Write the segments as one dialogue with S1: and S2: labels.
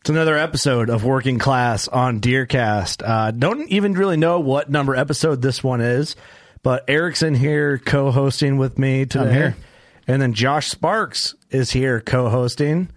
S1: It's another episode of Working Class on Deercast. Uh, don't even really know what number episode this one is, but Eric's in here co-hosting with me today.
S2: here.
S1: And then Josh Sparks is here co-hosting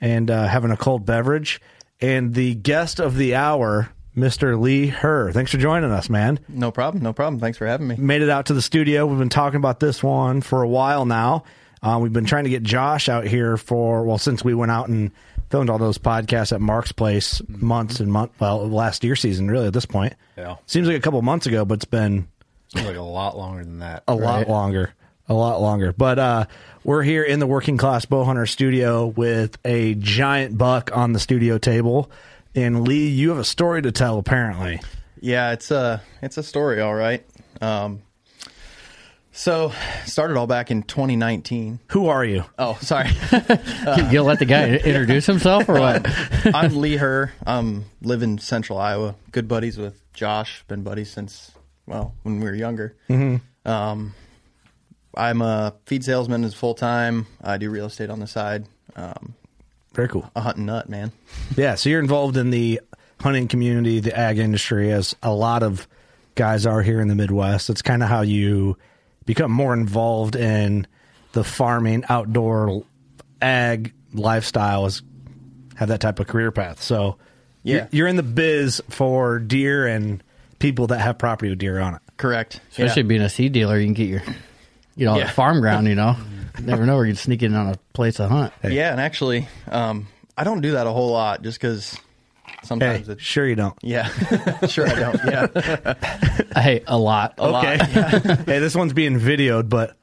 S1: and uh, having a cold beverage. And the guest of the hour, Mr. Lee Herr. Thanks for joining us, man.
S2: No problem. No problem. Thanks for having me.
S1: Made it out to the studio. We've been talking about this one for a while now. Uh, we've been trying to get Josh out here for well since we went out and filmed all those podcasts at Mark's place months and month well last year season really at this point.
S3: Yeah.
S1: seems like a couple months ago, but it's been
S3: Seems like a lot longer than that.
S1: a lot longer. A lot longer. But uh, we're here in the working class bow hunter studio with a giant buck on the studio table. And Lee, you have a story to tell apparently.
S2: Yeah, it's a it's a story, all right. Um, so started all back in 2019.
S1: Who are you?
S2: Oh, sorry,
S4: You'll let the guy introduce himself or what?
S2: I'm Lee Herr. Um, live in Central Iowa. Good buddies with Josh. Been buddies since well when we were younger.
S1: Mm-hmm.
S2: Um, I'm a feed salesman, is full time. I do real estate on the side. Um,
S1: Very cool.
S2: a hunting nut, man.
S1: Yeah, so you're involved in the hunting community, the ag industry, as a lot of guys are here in the Midwest. It's kind of how you become more involved in the farming, outdoor, ag lifestyle, is have that type of career path. So
S2: Yeah.
S1: you're- you're in the biz for deer and people that have property with deer on it.
S2: Correct. Yeah.
S4: Especially being a seed dealer, you can get your, you know,
S2: Yeah.
S4: farm ground. You know, never know where you can sneak in on a place to hunt.
S2: Yeah, and actually, um, I don't do that a whole lot just because
S1: Hey,
S2: sometimes it's
S1: sure you don't.
S2: yeah, sure I don't. Yeah,
S4: Hey, a lot.
S2: A lot.
S1: Okay. hey, this one's being videoed, but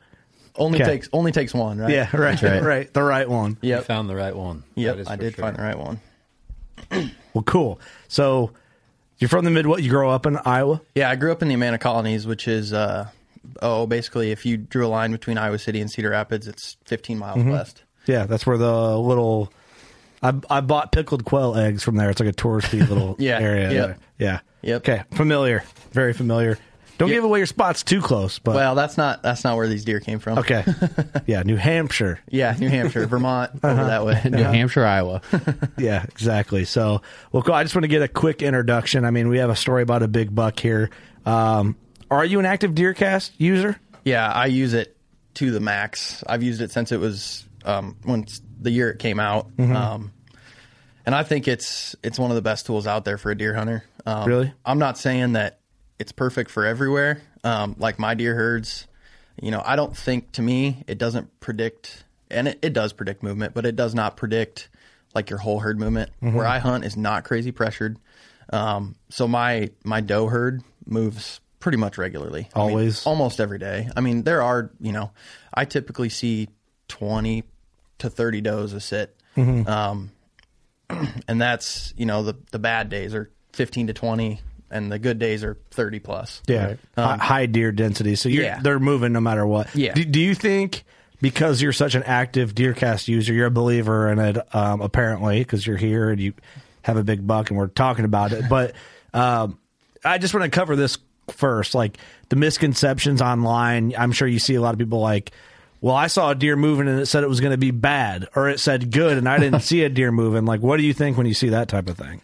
S2: only
S1: Okay.
S2: takes only takes one, right?
S1: yeah, right, right,
S4: right.
S1: the right one.
S3: You
S2: Yep.
S3: found the right one. That
S2: Yep.
S3: is
S2: I
S3: for
S2: did
S3: sure.
S2: find the right one.
S1: Well, cool. So you're from the Midwest. You grow up in Iowa.
S2: Yeah, I grew up in the Amana Colonies, which is uh, oh, basically if you drew a line between Iowa City and Cedar Rapids, it's 15 miles
S1: Mm-hmm.
S2: west.
S1: Yeah, that's where the little. I I bought pickled quail eggs from there. It's like a touristy little
S2: Yeah,
S1: area.
S2: yeah.
S1: there. Yeah.
S2: Yep.
S1: Okay. Familiar. Very familiar. Don't give away your spots too close, but
S2: Well, that's not that's not where these deer came from.
S1: okay. yeah, New Hampshire.
S2: Yeah, New Hampshire, Vermont,
S1: Uh-huh.
S2: over that way.
S4: New Hampshire, Iowa.
S1: Yeah, exactly. So, well, cool. I just want to get a quick introduction. I mean, we have a story about a big buck here. Um, are you an active DeerCast user?
S2: Yeah, I use it to the max. I've used it since it was um, once the year it came out, um, and I think it's it's one of the best tools out there for a deer hunter. Um,
S1: Really?
S2: I'm not saying that it's perfect for everywhere. Um, like my deer herds, you know, I don't think to me it doesn't predict, and it, it does predict movement, but it does not predict like your whole herd movement. Where I hunt is not crazy pressured, um, so my my doe herd moves pretty much regularly. I mean,
S1: Always?
S2: almost every day. I mean, there are, you know, I typically see 20 to 30 does a sit.
S1: Mm-hmm.
S2: Um, and that's, you know, the, the bad days are 15 to 20 and the good days are 30 plus.
S1: Yeah, Hi- high deer density. So you're,
S2: Um, Yeah.
S1: they're moving no matter what.
S2: Yeah.
S1: Do, do you think because you're such an active DeerCast user, you're a believer in it? Um, apparently, because you're here and you have a big buck, and we're talking about it. But um, I just want to cover this first, like the misconceptions online. I'm sure you see a lot of people like. Well, I saw a deer moving and it said it was going to be bad, or it said good and I didn't see a deer moving. Like, what do you think when you see that type of thing?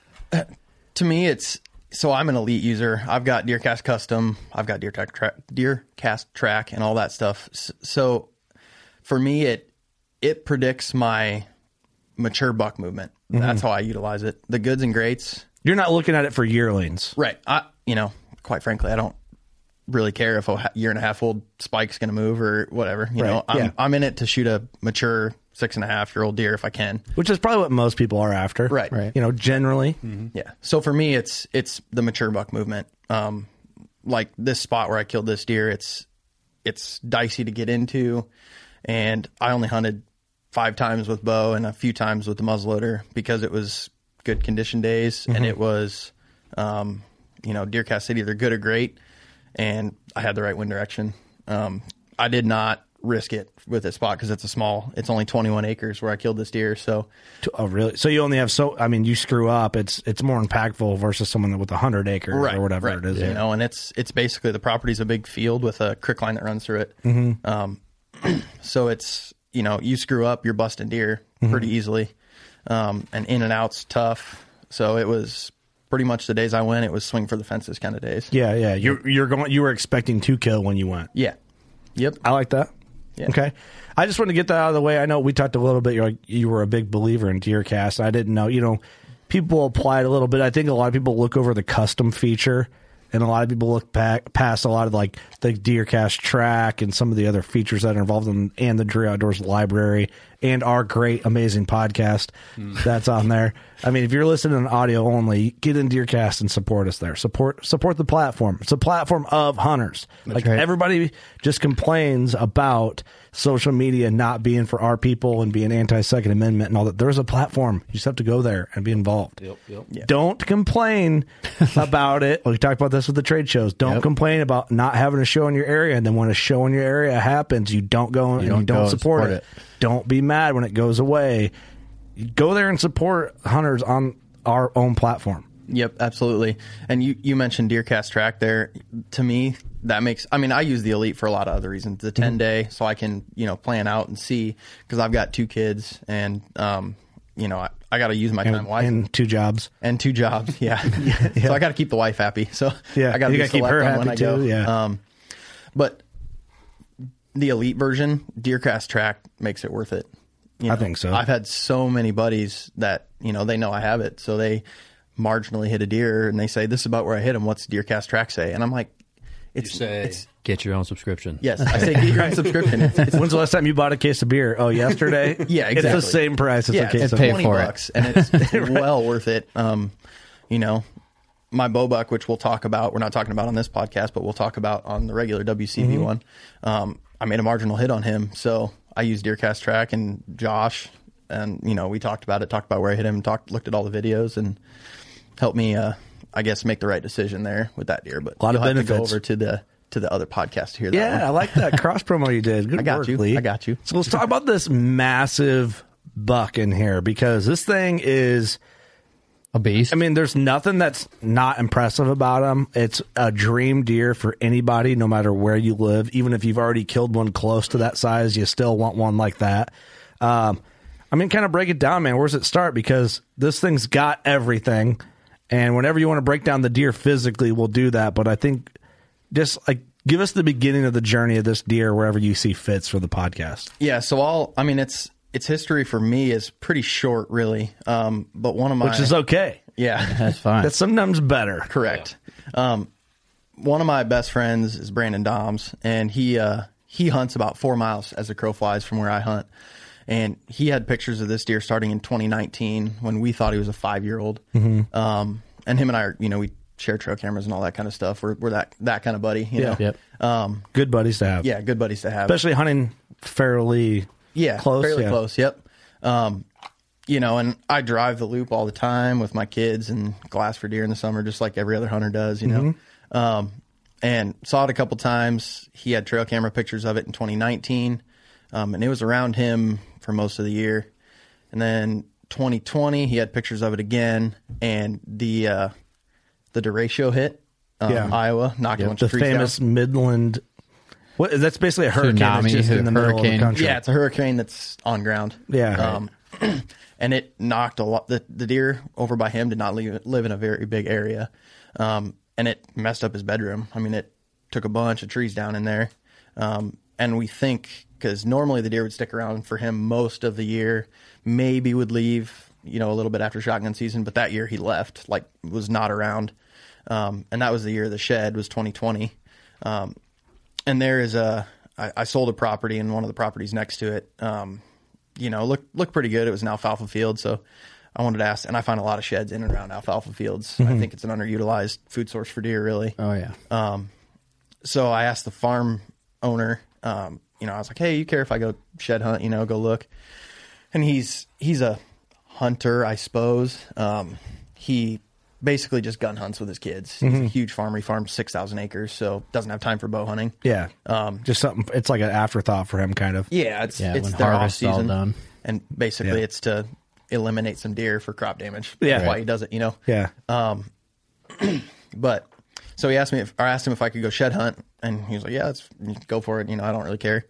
S2: to me, it's so I'm an elite user. I've got DeerCast Custom, I've got Deer Track, Track- DeerCast Track, and all that stuff. S- So for me, it it predicts my mature buck movement.
S1: Mm-hmm.
S2: That's how I utilize it. The goods and greats,
S1: You're not looking at it for yearlings.
S2: right? I you know, quite frankly, I don't really care if a ha- year and a half old spike's going to move or whatever. You know, I'm
S1: yeah.
S2: I'm in it to shoot a mature six and a half year old deer if I can.
S1: which is probably what most people are after,
S2: Right. Right.
S1: You know, generally.
S2: Yeah. So for me, it's it's the mature buck movement. Um, like this spot where I killed this deer, it's it's dicey to get into, and I only hunted five times with bow and a few times with the muzzleloader because it was good condition days and it was, um, you know, deer cast city. They're good or great, and I had the right wind direction. Um, I did not risk it with this spot because it's a small. It's only 21 acres where I killed this deer, so.
S1: To- Oh, really? So you only have so. I mean, you screw up. It's it's more impactful versus someone with a hundred acres or whatever
S2: right.
S1: it is.
S2: You know, and it's it's basically the property's a big field with a creek line that runs through it. Um,
S1: Mm-hmm.
S2: so it's you know you screw up, you're busting deer
S1: Mm-hmm.
S2: pretty easily, um, and in and out's tough. So it was pretty much the days I went, it was swing for the fences kind of days.
S1: Yeah, yeah. You're you're going. You were expecting to kill when you went.
S2: Yeah. Yep.
S1: I like that.
S2: Yeah.
S1: Okay. I just wanted to get that out of the way. I know we talked a little bit. You're like you were a big believer in DeerCast. I didn't know. You know, people applied a little bit. I think a lot of people look over the custom feature, and a lot of people look back past a lot of like the DeerCast track and some of the other features that are involved in and the Drew Outdoors Library and our great amazing podcast that's on there. I mean, if you're listening on audio only, get in DeerCast and support us there. Support support the platform. It's a platform of hunters. like
S4: right.
S1: everybody just complains about social media not being for our people and being anti Second Amendment and all that. There's a platform. You just have to go there and be involved. Don't complain about it. We talked about this with the trade shows. Don't complain about not having a show in your area. And then when a show in your area happens, you don't go and you
S4: don't go
S1: don't
S4: and
S1: support,
S4: support
S1: it. Don't be mad when it goes away. Go there and support hunters on our own platform.
S2: Yep, absolutely. And you, you mentioned DeerCast track there. To me, that makes. I mean, I use the Elite for a lot of other reasons. The 10 day, so I can you know plan out and see because I've got two kids and um you know I, I got to use my time wisely and,
S1: And two jobs.
S2: two jobs. Yeah, so I got to keep the wife happy. So
S1: Yeah,
S2: I got
S1: you
S2: to
S1: gotta keep her happy
S2: when I go.
S1: too, yeah.
S2: Um, but the Elite version, DeerCast track makes it worth it. You
S1: I
S2: know,
S1: think so.
S2: I've had so many buddies that you know they know I have it, so they marginally hit a deer and they say this is about where I hit him. What's DeerCast track say? And I'm like, it's
S3: Say,
S2: it's-
S5: Get your own subscription.
S2: yes. I say get your own subscription. It's, it's,
S1: When's the last time you bought a case of beer? Oh, yesterday.
S2: Yeah, exactly.
S1: It's the same price as
S2: yeah,
S1: a
S2: it's
S1: case of
S5: pay
S2: twenty
S5: for it.
S2: bucks, and it's, it's well worth it. Um, you know, my buck, which we'll talk about. We're not talking about on this podcast, but we'll talk about on the regular WCV
S1: Mm-hmm.
S2: one. Um, I made a marginal hit on him, so I used DeerCast track and Josh, and you know, we talked about it, talked about where I hit him, talked, looked at all the videos, and helped me. Uh, I guess make the right decision there with that deer. But
S1: Lot of
S2: you'll have to go
S1: benefits.
S2: over to the to the other podcast to hear that. one.
S1: Yeah, I like that cross promo you did. Good
S2: I got
S1: work,
S2: you.
S1: Lee.
S2: I got you.
S1: So let's talk about this massive buck in here because this thing is.
S5: A beast.
S1: I mean, there's nothing that's not impressive about him. It's a dream deer for anybody, no matter where you live. Even if you've already killed one close to that size, you still want one like that. Um, I mean, kind of break it down, man. Where's it start? Because this thing's got everything. And whenever you want to break down the deer physically, we'll do that. But I think just like give us the beginning of the journey of this deer wherever you see fits for the podcast.
S2: Yeah, so all I mean it's its history for me is pretty short really. Um but one of my
S1: Which is okay.
S2: yeah,
S4: That's fine.
S1: That's sometimes better.
S2: correct. Um one of my best friends is Brandon Doms and he uh he hunts about 4 miles as the crow flies from where I hunt. And he had pictures of this deer
S1: Mm-hmm.
S2: starting in 2019 when we thought he was a 5-year-old. Um and him and I are, you know, we share trail cameras and all that kind of stuff. We're, we're that that kind of buddy. You
S1: Yeah.
S2: Know?
S5: Yep.
S1: Good buddies to have.
S2: Yeah. Good buddies to have.
S1: Especially hunting fairly
S2: yeah.
S1: close.
S2: Fairly
S1: yeah.
S2: close. Yep. Um, you know, and I drive the loop all the time with my kids and glass for deer in the summer, just like every other hunter does. You
S1: Mm-hmm.
S2: know. Um, and saw it a couple times. He had trail camera pictures of it in 2019, um, and it was around him for most of the year. And then 2020, he had pictures of it again, and the uh, the derecho hit um,
S1: Yeah.
S2: Iowa, knocked a bunch
S1: The
S2: of trees down.
S1: famous Midland. What that's basically a hurricane that's
S5: Tsunami,
S1: just in the middle of the
S5: hurricane.
S1: country.
S2: Yeah, it's a hurricane that's on ground.
S1: Yeah.
S2: Um, and it knocked a lot. The, the deer over by him did not leave, live in a very big area. Um, and it messed up his bedroom. I mean, it took a bunch of trees down in there. Um, and we think, because normally the deer would stick around for him most of the year, maybe would leave, you know, a little bit after shotgun season. But that year he left, like, was not around. Um, and that was the year the shed was 2020. Um, and there is a I, I sold a property and one of the properties next to it um you know looked looked pretty good it was an alfalfa field so i wanted to ask and i find a lot of sheds in and around alfalfa fields i think it's an underutilized food source for deer really
S5: Oh yeah.
S2: so I asked the farm owner, um, you know, I was like, "Hey, you care if I go shed hunt? You know, go look." And he's he's a hunter, I suppose. Um, he basically just gun hunts with his kids. He's a huge farmer. He farms six thousand acres, so doesn't have time for bow hunting.
S1: Yeah. just something. It's like an afterthought for him, kind of.
S2: Um, Yeah, it's
S5: Yeah,
S2: it's
S5: when
S2: their off
S5: harvest's all
S2: season,
S5: done.
S2: and basically
S1: Yeah.
S2: it's to eliminate some deer for crop damage. That's
S1: Yeah.
S2: why he does it. You know.
S1: Yeah.
S2: Uh, But so he asked me if or asked him if I could go shed hunt, and he was like, "Yeah, let's go for it." You know, I don't really care.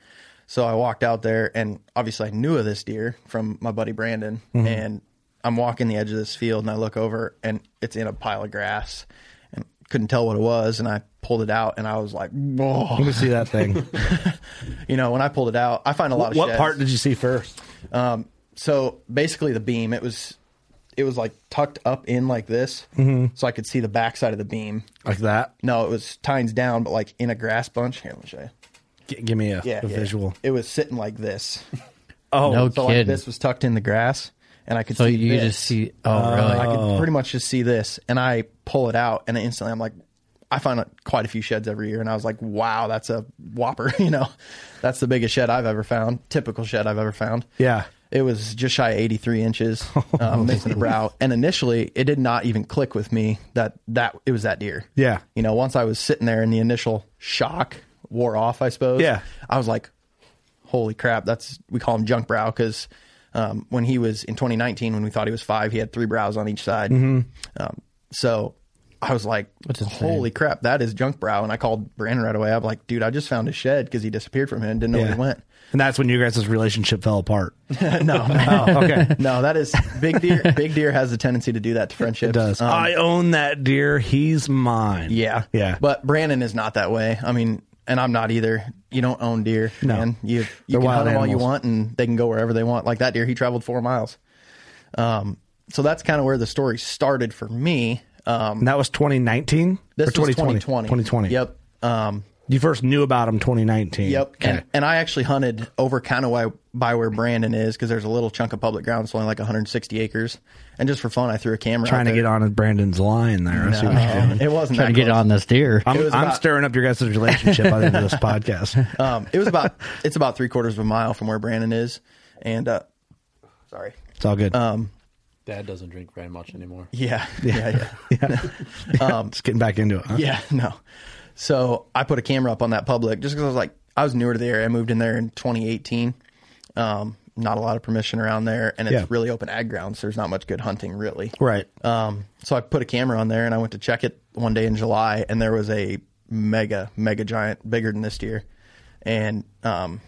S2: So I walked out there, and obviously I knew of this deer from my buddy Brandon, and I'm walking the edge of this field, and I look over, and it's in a pile of grass, and couldn't tell what it was, and I pulled it out, and I was like, "Whoa!"
S1: Let me see that thing.
S2: You know, when I pulled it out, I find a lot of
S1: what
S2: sheds.
S1: part did you see first?
S2: so basically the beam it was it was like tucked up in like this so i could see the backside of the beam
S1: Like that?
S2: no it was tines down but like in a grass bunch here let me show you
S1: G- give me a,
S2: yeah,
S1: a
S2: yeah.
S1: visual.
S2: it was sitting like this
S1: Oh,
S5: No
S2: so like
S5: kidding.
S2: this was tucked in the grass and i could
S5: so
S2: see
S5: you
S2: this. Uh,
S5: just see. Oh really?
S2: i could pretty much just see this and i pull it out and instantly i'm like i find out quite a few sheds every year and i was like wow that's a whopper you know that's the biggest shed i've ever found typical shed i've ever found
S1: yeah.
S2: it was just shy of 83 inches, um, missing a brow. And initially, it did not even click with me that that it was that deer.
S1: Yeah.
S2: You know, once I was sitting there and the initial shock wore off, I suppose.
S1: Yeah.
S2: I was like, holy crap, that's, we call him junk brow because um, when he was in 2019, when we thought he was five, he had three brows on each side.
S1: Mm-hmm.
S2: Um, so I was like, holy crap, that is junk brow. And I called Brandon right away. I'm like, dude, I just found his shed because he disappeared from it and didn't know where
S1: Yeah.
S2: he went.
S1: And that's when you guys' relationship fell apart.
S2: no,
S1: Oh, okay.
S2: no, that is big deer. Big deer has a tendency to do that to friendships.
S1: It does.
S2: Um,
S1: I own that deer. He's mine.
S2: yeah,
S1: Yeah.
S2: But Brandon is not that way. I mean, and I'm not either. You don't own deer,
S1: No.
S2: man. You you
S1: They're
S2: can
S1: wild
S2: hunt them all you
S1: animals.
S2: want, and they can go wherever they want. Like that deer, he traveled four miles. Um, so that's kind of where the story started for me. Um,
S1: and that was 2019?
S2: this
S1: or
S2: was
S1: 2020?
S2: 2020.
S1: 2020.
S2: Yep. Um,
S1: You first knew about him 2019.
S2: Yep.
S1: Okay.
S2: And, and I actually hunted over kind of by, by where Brandon is because there's a little chunk of public ground. It's only like 160 acres. And just for fun, I threw a camera.
S1: Trying
S2: out
S1: to
S2: there.
S1: get on Brandon's line there. I see what you're doing.
S2: Um, it wasn't
S5: trying to
S2: that
S5: get
S2: close.
S5: on this deer.
S1: I'm,
S2: was
S1: I'm
S2: about-
S1: stirring up your guys' relationship by the end of this podcast.
S2: Um, it was about it's about three quarters of a mile from where Brandon is, and uh, sorry,
S1: It's all good.
S2: Um,
S5: Dad doesn't drink very much anymore.
S2: yeah, yeah, yeah,
S1: Just getting back into it. Huh?
S2: yeah, no. So I put a camera up on that public just because I was like I was newer to the area. I moved in there in 2018. Um, not a lot of permission around there, and it's
S1: Yeah.
S2: really open ag ground, so there's not much good hunting really.
S1: Right.
S2: Um, so I put a camera on there and I went to check it one day in July and there was a mega, mega giant bigger than this deer. And, um,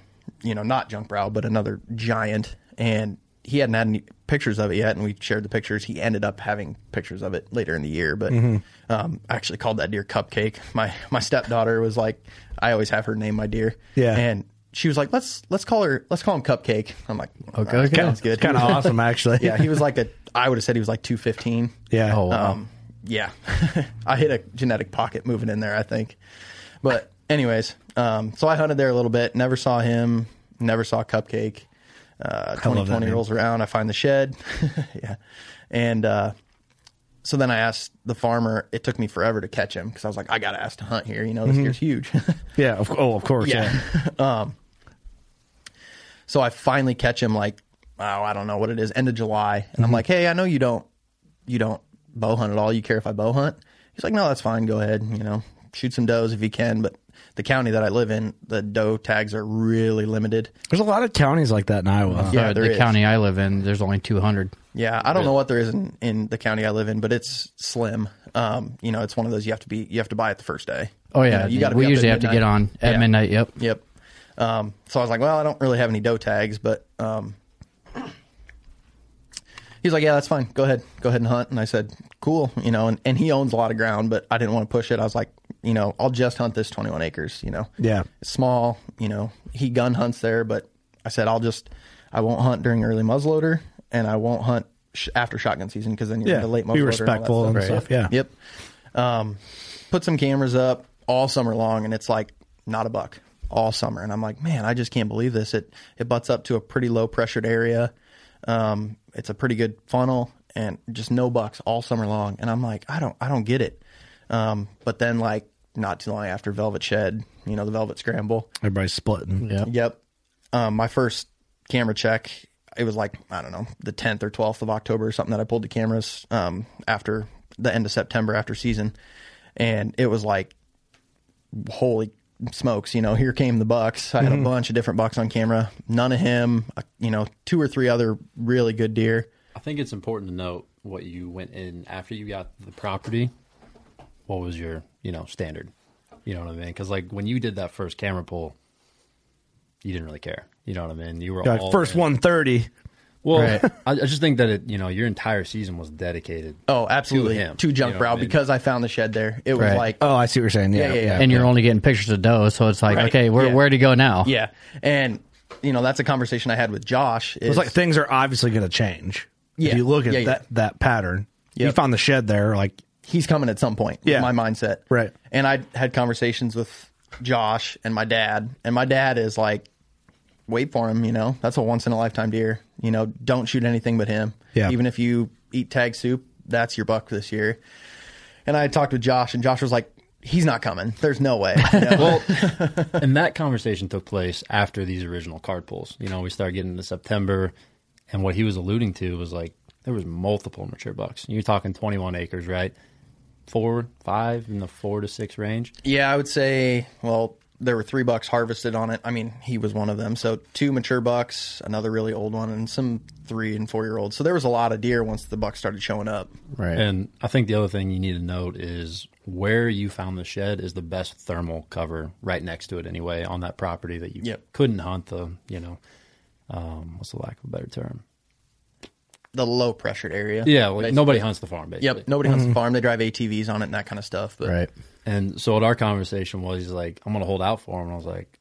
S2: you know, not junk brow, but another giant. And he hadn't had any pictures of it yet. And we shared the pictures. He ended up having pictures of it later in the year, but,
S1: Mm-hmm.
S2: um, I actually called that deer cupcake. My, my stepdaughter was like, I always have her name my deer.
S1: Yeah.
S2: And she was like, let's, let's call her, let's call him cupcake. I'm like, okay,
S5: okay.
S2: sounds good.
S1: It's kind of awesome, actually.
S2: Yeah, he was like a. I would have said he was like two fifteen.
S1: Yeah.
S5: Oh wow.
S2: Um, yeah, I hit a genetic pocket moving in there, I think. But anyways, um, so I hunted there a little bit. Never saw him. Never saw Cupcake. Uh,
S1: love that
S2: 2020
S1: name.
S2: rolls around. I find the shed. yeah, and uh, so then I asked the farmer. It took me forever to catch him because I was like, I got to ask to hunt here. You know,
S1: Mm-hmm.
S2: this deer's huge.
S1: Yeah. Of, oh, of course. Yeah.
S2: So I finally catch him like, oh, I don't know what it is, end of July. And
S4: Mm-hmm.
S2: I'm like, hey, I know you don't you don't bow hunt at all. You care if I bow hunt? He's like, no, that's fine. Go ahead. You know, shoot some does if you can. But the county that I live in, the doe tags are really limited.
S1: There's a lot of counties like that in Iowa.
S2: Yeah,
S4: Uh,
S2: there
S4: the
S2: is.
S4: county I live in, there's only 200.
S2: Yeah, I don't know what there is in, in the county I live in, but it's slim. Um, you know, it's one of those you have to be you have to buy it the first day.
S4: Oh
S2: You
S4: yeah,
S2: know, you gotta be
S4: we
S2: up at
S4: usually have to
S2: midnight.
S4: get on at
S2: Yeah.
S4: midnight. Yep.
S2: Yep. Um, so I was like, well, I don't really have any doe tags, but um, he's like, yeah, that's fine. Go ahead, go ahead and hunt. And I said, cool, you know. And, and he owns a lot of ground, but I didn't want to push it. I was like, you know, I'll just hunt this 21 acres. You know,
S1: Yeah.
S2: it's small. You know, he gun hunts there, but I said I'll just I won't hunt during early muzzleloader, and I won't hunt sh- after shotgun season because then you're
S1: Yeah,
S2: into late muzzleloader.
S1: be
S2: and all that
S1: respectful and stuff, yeah.
S2: Yep. Um, put some cameras up all summer long, and it's like not a buck all summer. And I'm like, man, I just can't believe this. It it butts up to a pretty low pressured area. Um, it's a pretty good funnel, and just no bucks all summer long. And I'm like, I don't I don't get it. Um, but then like not too long after Velvet Shed, you know the Velvet Scramble.
S1: Everybody's splitting. Yeah.
S2: Yep. Um, my first camera check, it was like, I don't know, the 10th or 12th of October or something that I pulled the cameras um, after the end of September after season. And it was like, holy smokes, you know, here came the bucks. I had a bunch of different bucks on camera. None of him, uh, you know, two or three other really good deer.
S5: I think it's important to note what you went in after you got the property. What was your, you know, standard? You know what I mean? Because like when you did that first camera pull, you didn't really care. You know what I mean? You were
S1: Like
S5: all
S1: first
S5: in.
S1: 130.
S5: Well,
S4: Right.
S5: I, I just think that it, you know, your entire season was dedicated.
S2: Oh, absolutely.
S5: To
S2: To,
S5: him,
S2: junk
S5: you know
S2: brow
S5: what I mean?
S2: because I found the shed there. It was
S4: Right.
S2: like,
S1: Oh, I see what you're saying. Yeah.
S2: Yeah, yeah, yeah.
S4: And you're only getting pictures of doe, so it's like,
S2: Right.
S4: okay, where
S2: Yeah.
S4: where to go now?
S2: yeah. And, you know, that's a conversation I had with Josh. Is,
S1: It's like things are obviously going to change.
S2: Yeah.
S1: If you look at
S2: Yeah, yeah.
S1: that that pattern, you
S2: Yep.
S1: found the shed there. Like,
S2: he's coming at some point.
S1: Yeah.
S2: Yeah. My mindset.
S1: Right.
S2: And I had conversations with Josh and my dad, and my dad is like, wait for him, you know, that's a once in a lifetime deer. You know, don't shoot anything but him.
S1: Yeah.
S2: Even if you eat tag soup, that's your buck this year. And I talked with Josh, and Josh was like, he's not coming. There's no way. You know?
S5: Well, and that conversation took place after these original card pulls. You know, we started getting into September, and what he was alluding to was like there was multiple mature bucks. You're talking 21 acres, right? Four, five, in the four to six range.
S2: Yeah, I would say. Well, there were three bucks harvested on it. I mean, he was one of them. So two mature bucks, another really old one, and some three and four year olds. So there was a lot of deer once the bucks started showing up.
S4: Right.
S5: And I think the other thing you need to note is where you found the shed is the best thermal cover right next to it anyway on that property that you
S2: Yep.
S5: couldn't hunt the, you know, um, what's the lack of a better term?
S2: The low pressured area.
S5: Yeah, like
S2: Basically.
S5: nobody hunts the farm basically.
S2: Yep. Nobody hunts
S1: Mm-hmm.
S2: the farm. They drive ATVs on it and that kind of stuff. But
S4: Right.
S5: And so what our conversation was, he's like, I'm gonna hold out for him. And I was like,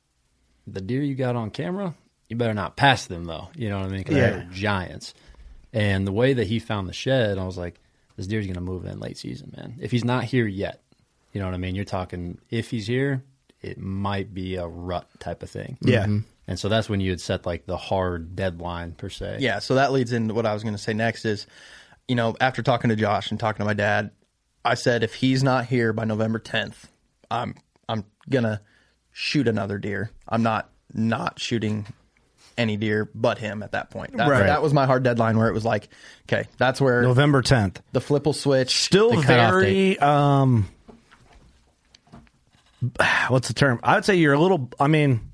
S5: the deer you got on camera, you better not pass them though. You know what I mean? 'Cause
S1: Yeah.
S5: they're giants. And the way that he found the shed, I was like, this deer's gonna move in late season, man. If he's not here yet, you know what I mean? You're talking if he's here, it might be a rut type of thing.
S1: yeah.
S5: And so that's when you had set like the hard deadline per se.
S2: yeah, so that leads into what I was going to say next is, you know, after talking to Josh and talking to my dad, I said if he's not here by November 10th, I'm I'm gonna shoot another deer. I'm not not shooting any deer but him at that point. That,
S1: Right.
S2: that was my hard deadline where it was like, okay, that's where
S1: November 10th.
S2: the flip will switch.
S1: Still
S4: The cutoff
S1: very um what's the term? I would say you're a little I mean,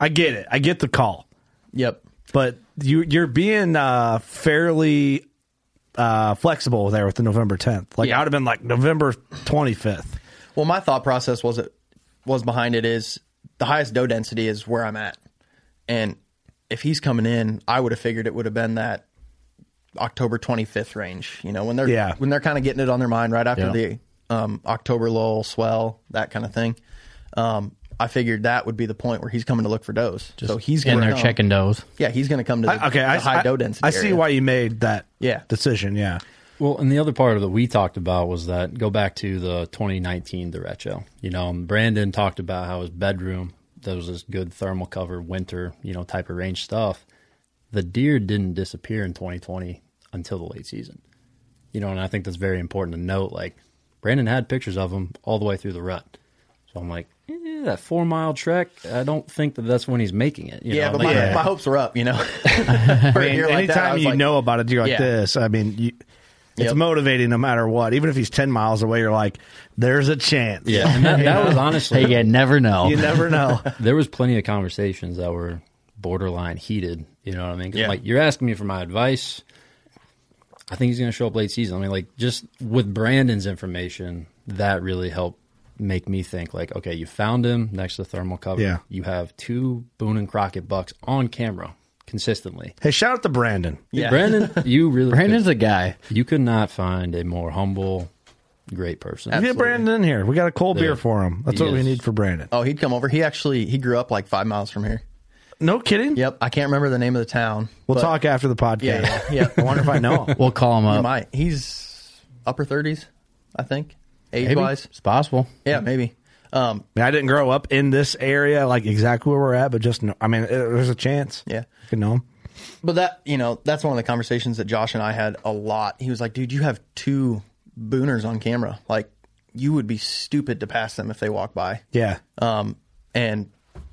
S1: I get it. I get the call.
S2: Yep.
S1: But you you're being uh fairly uh flexible there with the November 10th. Like I
S2: Yeah.
S1: would have been like November 25th.
S2: Well, my thought process was it was behind it is the highest doe density is where I'm at, and if he's coming in, I would have figured it would have been that October 25th range. You know, when they're
S1: Yeah.
S2: when they're kind of getting it on their mind right after
S4: Yeah.
S2: the um, October lull swell, that kind of thing. Um, I figured that would be the point where he's coming to look for does. so he's
S4: In
S2: gonna
S4: there
S2: come-
S4: checking does.
S2: Yeah, he's going to come to the,
S1: I, okay,
S2: the
S1: I,
S2: high
S1: I,
S2: doe density.
S1: I see
S2: area.
S1: why you made that
S2: Yeah.
S1: decision, yeah.
S5: Well, and the other part that we talked about was that go back to the 2019 derecho. You know, um, Brandon talked about how his bedroom there was this good thermal cover winter, you know, type of range stuff. The deer didn't disappear in 2020 until the late season. You know, and I think that's very important to note. Like Brandon had pictures of him all the way through the rut. So I'm like, eh, that four mile trek. I don't think that that's when he's making it. you
S2: yeah,
S5: know?
S2: but
S5: Like,
S2: my,
S1: Yeah.
S2: my hopes were up, you know. For
S1: I mean, anytime you know about a deer like
S2: Yeah.
S1: this, I mean, you, it's
S2: Yep.
S1: motivating no matter what. Even if he's 10 miles away, you're like, there's a chance.
S5: yeah, and that, that was honestly
S4: Hey, you never know.
S1: You never know.
S5: there was plenty of conversations that were borderline heated. You know what I mean? 'Cause,
S2: Yeah.
S5: Like you're asking me for my advice. I think he's going to show up late season. I mean, like just with Brandon's information, that really helped make me think like, okay, you found him next to the thermal cover.
S1: Yeah.
S5: You have two Boone and Crockett bucks on camera consistently.
S1: hey, shout out to Brandon.
S2: Yeah.
S5: Brandon, you really,
S4: Brandon's a guy.
S5: could, you could not find a more humble, great person.
S1: Get Brandon in here. We got a cold beer
S5: Yeah.
S1: for him. That's what we
S5: Yes.
S1: need for Brandon.
S2: Oh, he'd come over. He actually he grew up like five miles from here.
S1: No kidding.
S2: Yep, I can't remember the name of the town.
S1: We'll
S2: but-
S1: talk after the podcast.
S2: Yeah, yeah,
S1: I
S2: yeah.
S1: wonder if I know him.
S4: We'll call him
S2: he
S4: up.
S2: might. He's upper thirties, I think, age
S4: Maybe.
S2: wise.
S4: It's possible.
S2: Yeah, maybe. Um,
S1: I, mean, I didn't grow up in this area, like exactly where we're at, but just, know, I mean, eh, there's a chance.
S2: Yeah.
S1: You can know him.
S2: but that you know that's one of the conversations that Josh and I had a lot. He was like, "Dude, you have two booners on camera. Like, you would be stupid to pass them if they walk by."
S1: Yeah.
S2: Um, and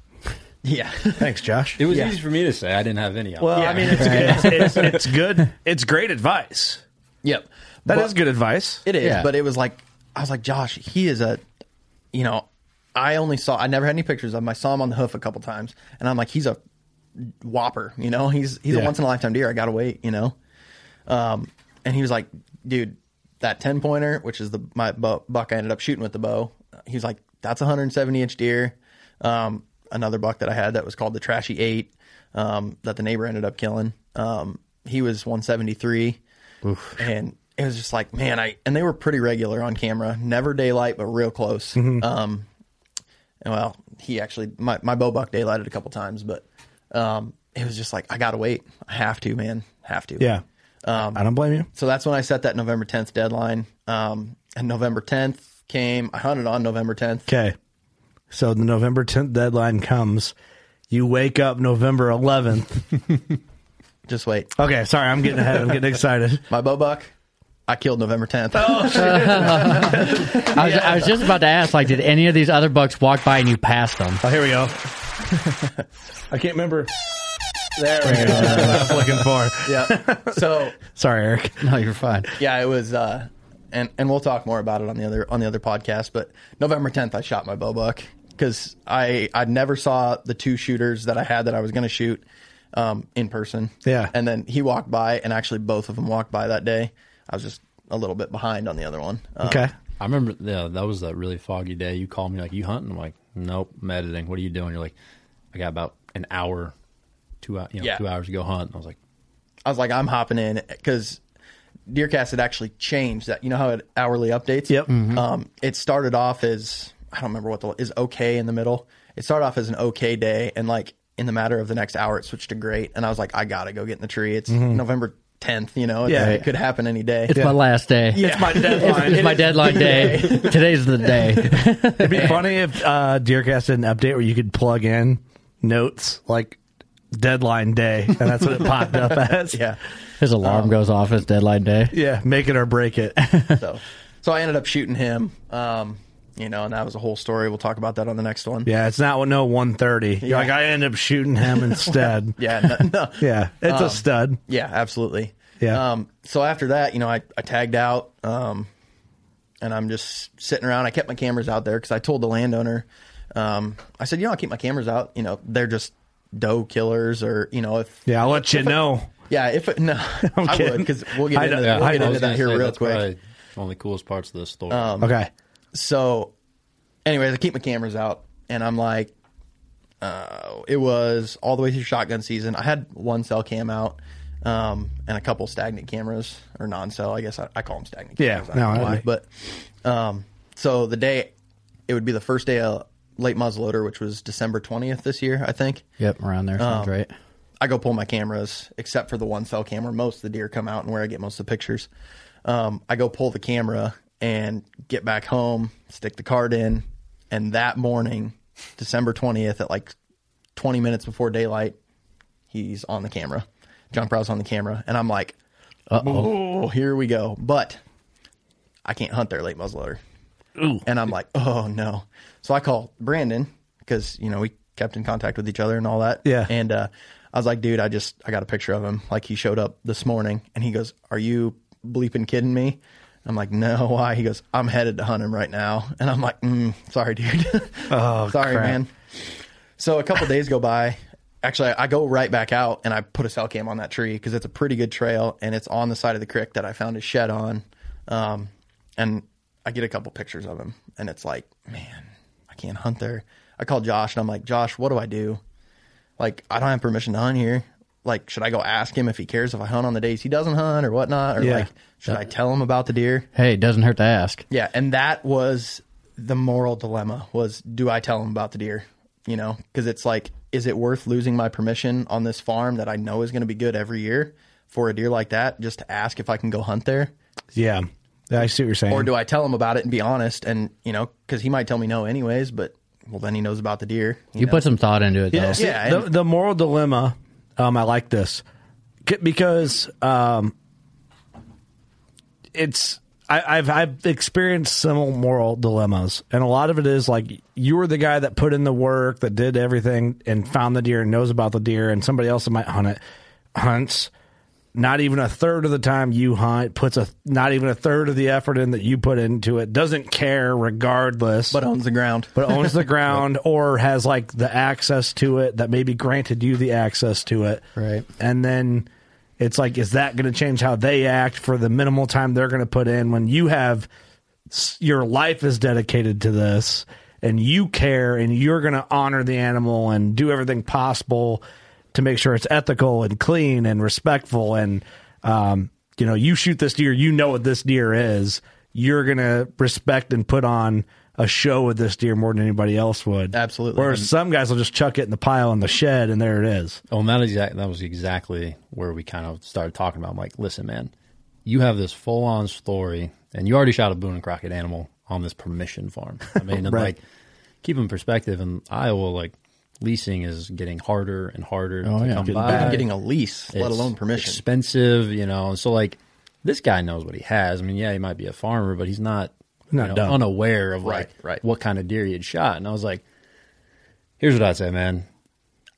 S2: yeah,
S1: Thanks, Josh.
S5: It was easy for me to say. I didn't have any.
S1: well, I mean, it's, it's, it's, it's good. It's great advice.
S2: yep,
S1: That is
S2: But-
S1: good advice.
S2: It is,
S4: Yeah.
S2: but it was like I was like, Josh, he is a, you know, I only saw I never had any pictures of him. I saw him on the hoof a couple times, and I'm like, he's a whopper, you know. He's he's
S1: Yeah.
S2: a once in a lifetime deer. I gotta wait, you know. Um, and he was like, dude, that ten pointer, which is the my bu- buck I ended up shooting with the bow. He was like, that's a 170 inch deer. Um, another buck that I had that was called the Trashy Eight, um, that the neighbor ended up killing. Um, he was 173, and it was just like, man, I and they were pretty regular on camera, never daylight, but real close. Um, and well, he actually my my bow buck daylighted a couple times, but um, it was just like I gotta wait. I have to, man, have to.
S1: Yeah. Um, I don't blame you.
S2: So that's when I set that November 10th deadline. Um, and November 10th came. I hunted on November 10th.
S1: Okay. So the November 10th deadline comes. You wake up November 11th.
S2: Just wait.
S1: Okay, sorry, I'm getting ahead. I'm getting excited.
S2: My bow buck, I killed November 10th.
S1: Oh,
S4: I was, I was just about to ask, like, did any of these other bucks walk by and you passed them?
S1: Oh, here we go. I can't remember. There we go. That's what I was looking for.
S2: yeah. So
S1: Sorry, Eric.
S4: No, you're fine.
S2: yeah, it was. Uh, and and we'll talk more about it on the other on the other podcast. But November 10th, I shot my bow buck because I I never saw the two shooters that I had that I was going to shoot um, in person.
S1: Yeah.
S2: And then he walked by, and actually both of them walked by that day. I was just a little bit behind on the other one. Um,
S1: Okay.
S5: I remember yeah, that was that really foggy day. You called me like, "You hunting?" I'm like, "Nope, I'm editing." What are you doing? You're like, "I got about an hour, two hours, you know,
S2: Yeah.
S5: two hours to go hunt." And I was like,
S2: I was like, I'm hopping in because Deercast had actually changed that. You know how it hourly updates?
S1: Yep.
S2: Um, it started off as I don't remember what the is okay in the middle. It started off as an okay day, and like in the matter of the next hour, it switched to great. And I was like, I gotta go get in the tree. It's November 10th. You know,
S1: Mm-hmm. Yeah.
S2: it could happen any day.
S4: It's my last day.
S1: It's my deadline.
S4: It's my deadline day. Today's the day.
S1: It'd be funny if uh, Deercast did an update where you could plug in notes like deadline day, and that's what it popped up as.
S2: yeah.
S4: His alarm goes off. It's deadline day.
S1: Yeah, make it or break it.
S2: So, so I ended up shooting him. Um, you know, and that was a whole story. We'll talk about that on the next one.
S1: Yeah, it's not no 130. You're
S2: Yeah.
S1: like, I end up shooting him instead.
S2: Yeah. no- no.
S1: Yeah, it's a stud.
S2: Yeah, absolutely.
S1: Yeah.
S2: Um, so after that, you know, I, I tagged out, um, and I'm just sitting around. I kept my cameras out there because I told the landowner, um, I said, you know, I'll keep my cameras out. You know, they're just doe killers, or you know, if
S1: Yeah, I'll let you know.
S2: yeah, if it, no,
S1: I'm
S2: I would
S1: kidding.
S2: because we'll get
S1: I
S2: into,
S1: know-
S2: we'll
S1: I
S2: get
S1: know.
S2: into
S5: I was
S2: that
S5: gonna
S2: here
S5: say,
S2: real
S5: that's
S2: quick.
S5: probably Um, one of the coolest parts of this story.
S1: Okay.
S2: So, anyways, I keep my cameras out, and I'm like, uh, it was all the way through shotgun season. I had one cell cam out, um, and a couple stagnant cameras or non-cell. I guess I, I call them stagnant.
S1: Yeah,
S2: cameras. I
S1: no,
S2: don't know
S1: I-
S2: why, but um, so the day it would be the first day of late muzzleloader, which was December twentieth this year, I think.
S4: Yep, around there. Sounds right.
S2: I go pull my cameras, except for the one cell camera. Most of the deer come out and where I get most of the pictures. Um, I go pull the camera and get back home, stick the card in, and that morning, December twentieth, at like twenty minutes before daylight, he's on the camera. John Prowse on the camera, and I'm like, Oh, here we go. But I can't hunt their late muzzleloader. And I'm like, oh no. So I call Brandon because you know we kept in contact with each other and all that.
S1: Yeah.
S2: And uh, I was like, dude, I just I got a picture of him. Like he showed up this morning, and he goes, "Are you bleeping kidding me?" I'm like, no, why? He goes, I'm headed to hunt him right now, and I'm like, mm, sorry, dude. Oh, sorry, man. So a couple days go by. Actually, I go right back out and I put a cell cam on that tree because it's a pretty good trail and it's on the side of the creek that I found his shed on. Um, and I get a couple pictures of him and it's like, man, I can't hunt there. I call Josh and I'm like, Josh, what do I do? Like, I don't have permission to hunt here. Like, should I go ask him if he cares if I hunt on the days he doesn't hunt or whatnot? Or
S1: Yeah.
S2: like, should I tell him about the deer?
S4: Hey, it doesn't hurt to ask.
S2: Yeah, and that was the moral dilemma was do I tell him about the deer? You know, because it's like, is it worth losing my permission on this farm that I know is going to be good every year for a deer like that just to ask if I can go hunt there?
S1: Yeah. I see what you're saying.
S2: Or do I tell him about it and be honest and, you know, because he might tell me no anyways, but well, then he knows about the deer.
S4: You put some thought into it, though.
S2: Yeah.
S1: See, the,
S2: and-
S1: the moral dilemma. Um, I like this C- because um, it's I, I've I've experienced similar moral dilemmas, and a lot of it is like you were the guy that put in the work, that did everything, and found the deer and knows about the deer, and somebody else that might hunt it hunts. Not even a third of the time you hunt puts a not even a third of the effort in that you put into it. Doesn't care regardless
S2: But owns the ground.
S1: but owns the ground or has like the access to it that maybe granted you the access to it.
S4: Right.
S1: And then it's like, is that going to change how they act for the minimal time they're going to put in when you have s- your life is dedicated to this and you care and you're going to honor the animal and do everything possible to make sure it's ethical and clean and respectful and um, you know you shoot this deer you know what this deer is you're going to respect and put on a show with this deer more than anybody else would
S2: Absolutely.
S1: whereas some guys will just chuck it in the pile in the shed and there it is
S5: Oh, and that exact that was exactly where we kind of started talking about. I'm like, listen, man, you have this full on story, and you already shot a Boone and Crockett animal on this permission farm. I mean, and
S1: Right.
S5: like, keep in perspective, in Iowa, like leasing is getting harder and harder to
S4: yeah.
S5: come
S4: Getting
S5: by.
S2: Even getting a lease, let
S5: It's
S2: alone permission.
S5: Expensive, you know. So like, this guy knows what he has. I mean, yeah, he might be a farmer, but he's not, you
S1: Not
S5: know,
S1: dumb.
S5: unaware of like
S2: Right, right.
S5: what kind of deer he had shot. And I was like, here's what I'd say, man.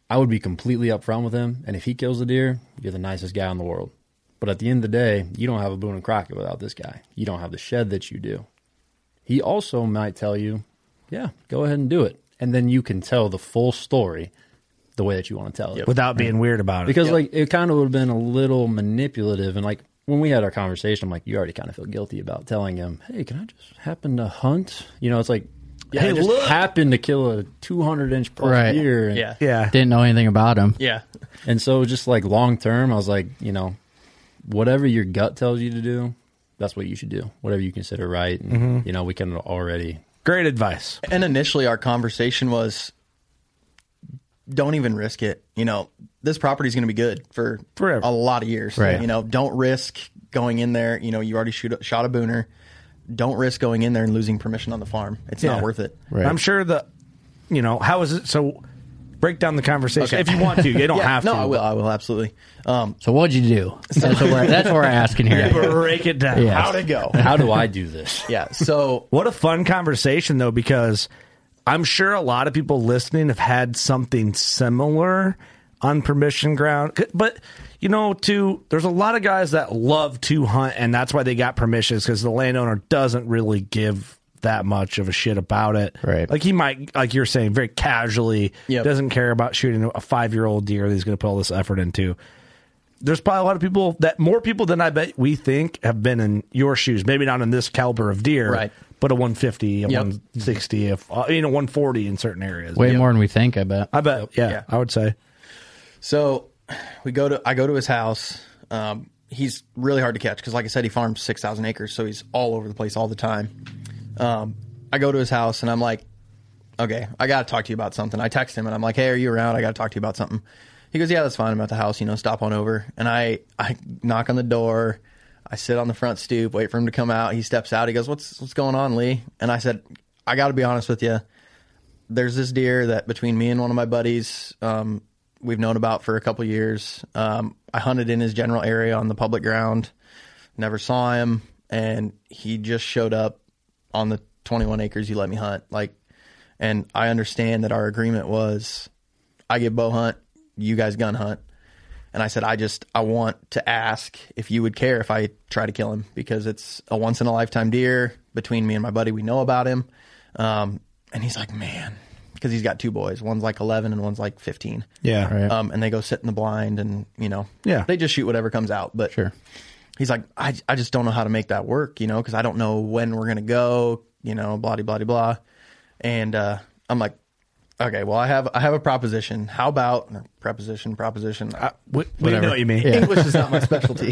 S5: I would be completely upfront with him, and if he kills the deer, you're the nicest guy in the world. But at the end of the day, you don't have a Boone and Crockett without this guy. You don't have the shed that you do. He also might tell you, yeah, go ahead and do it. And then you can tell the full story the way that you want to tell it
S1: without being weird about it
S5: because like it kind of would have been a little manipulative and like when we had our conversation i'm like you already kind of feel guilty about telling him hey can i just happen to hunt you know it's like yeah,
S1: Hey,
S5: I just
S1: look.
S5: happened to kill a 200 inch plus
S4: Right.
S5: deer and,
S2: yeah.
S1: yeah
S4: Didn't know anything about him.
S2: Yeah.
S5: and so just like long term i was like you know whatever your gut tells you to do that's what you should do whatever you consider right and you know we can already
S1: great advice
S2: And initially, our conversation was, don't even risk it. You know, this property's going to be good for
S1: Forever.
S2: a lot of years.
S4: Right.
S2: You know, don't risk going in there. You know, you already shoot, shot a booner. Don't risk going in there and losing permission on the farm. It's
S1: Yeah.
S2: not worth it.
S4: Right.
S1: I'm sure the, you know, how is it? So break down the conversation
S2: Okay.
S1: if you want to. You don't
S2: Yeah,
S1: have
S2: no,
S1: to.
S2: I will. I will absolutely. Um,
S4: So what'd you do? that's, what we're, that's what we're asking here.
S1: Break it down.
S4: Yeah.
S2: how'd it go?
S5: how do i do this
S2: yeah. So
S1: What a fun conversation, though, because I'm sure a lot of people listening have had something similar on permission ground. C- But, you know, to there's a lot of guys that love to hunt, and that's why they got permissions because the landowner doesn't really give that much of a shit about it.
S4: Right.
S1: Like he might, like you're saying, very casually,
S2: Yep.
S1: doesn't care about shooting a five year old deer that he's going to put all this effort into there's probably a lot of people that more people than I bet we think have been in your shoes. Maybe not in this caliber of deer,
S2: Right.
S1: But a 150, a
S2: Yep.
S1: 160, if uh, you know 140 in certain areas.
S4: Way more than we think, I bet.
S1: I bet, yeah,
S2: Yeah.
S1: I would say.
S2: So we go to I go to his house. Um, he's really hard to catch because, like I said, he farms six thousand acres, so he's all over the place all the time. Um, I go to his house and I'm like, okay, I got to talk to you about something. I text him and I'm like, hey, are you around? I got to talk to you about something. He goes, yeah, that's fine. I'm at the house, you know, stop on over. And I I knock on the door. I sit on the front stoop, wait for him to come out. He steps out. He goes, what's what's going on, Lee? And I said, I got to be honest with you there's this deer that between me and one of my buddies um, we've known about for a couple years. Um, I hunted in his general area on the public ground, never saw him, and he just showed up on the 21 acres you let me hunt. Like, and I understand that our agreement was I get bow hunt, you guys gun hunt. And I said, I just, I want to ask if you would care if I try to kill him because it's a once in a lifetime deer between me and my buddy. We know about him. Um, and he's like, man, because he's got two boys. One's like 11 and one's like 15.
S1: Yeah.
S4: Right.
S2: Um, and they go sit in the blind and, you know,
S1: Yeah.
S2: they just shoot whatever comes out. But
S4: Sure.
S2: he's like, I, I just don't know how to make that work, you know, because I don't know when we're going to go, you know, blah, de, blah, de, blah. And uh, I'm like, okay, well, I have I have a proposition. How about or preposition, proposition?
S1: We, we know what you mean.
S2: English is not my specialty.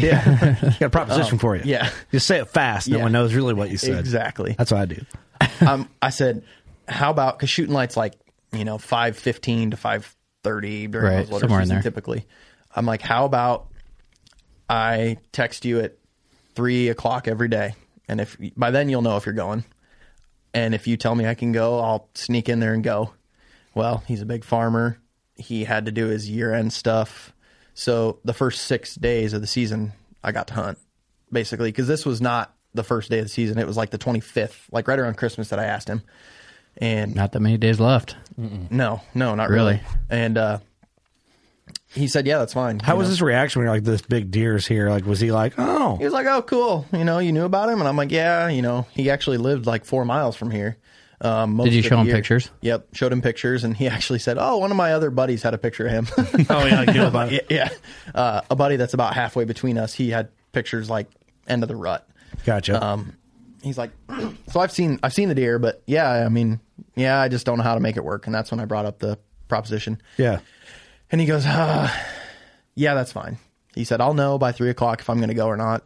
S1: Yeah. Got a proposition for you.
S2: Oh, yeah.
S1: Just say it fast. No
S2: Yeah.
S1: one knows really what you said.
S2: Exactly.
S1: That's what I do.
S2: um, I said, how about because shooting lights like you know five fifteen to five thirty during
S4: Right,
S2: those loader
S4: somewhere in
S2: season
S4: there.
S2: typically. I'm like, how about I text you at three o'clock every day, and if by then you'll know if you're going, and if you tell me I can go, I'll sneak in there and go. Well, he's a big farmer. He had to do his year end stuff. So the first six days of the season, I got to hunt basically because this was not the first day of the season. It was like the 25th, like right around Christmas that I asked him. And
S4: Not that many days left.
S2: no, no, not really.
S4: Really?
S2: And uh, he said, "Yeah, that's fine."
S1: How
S2: you
S1: was
S2: know?
S1: his reaction when you're like, this big deer's here? Like, was he like, oh,
S2: He was like, "Oh, cool. You know, you knew about him." And I'm like, "Yeah, you know, he actually lived like four miles from here." Um, most
S4: Did you
S2: of
S4: show
S2: the
S4: him
S2: year."
S4: pictures?
S2: Yep, showed him pictures, and he actually said, "Oh, one of my other buddies had a picture of him."
S1: oh yeah, I knew about
S2: yeah, yeah. Uh, a buddy that's about halfway between us. He had pictures like end of the rut.
S1: Gotcha.
S2: Um, he's like, so I've seen I've seen the deer, but yeah, I mean, yeah, I just don't know how to make it work, and that's when I brought up the proposition.
S1: yeah.
S2: And he goes, uh, Yeah, that's fine. He said, I'll know by three o'clock if I'm going to go or not.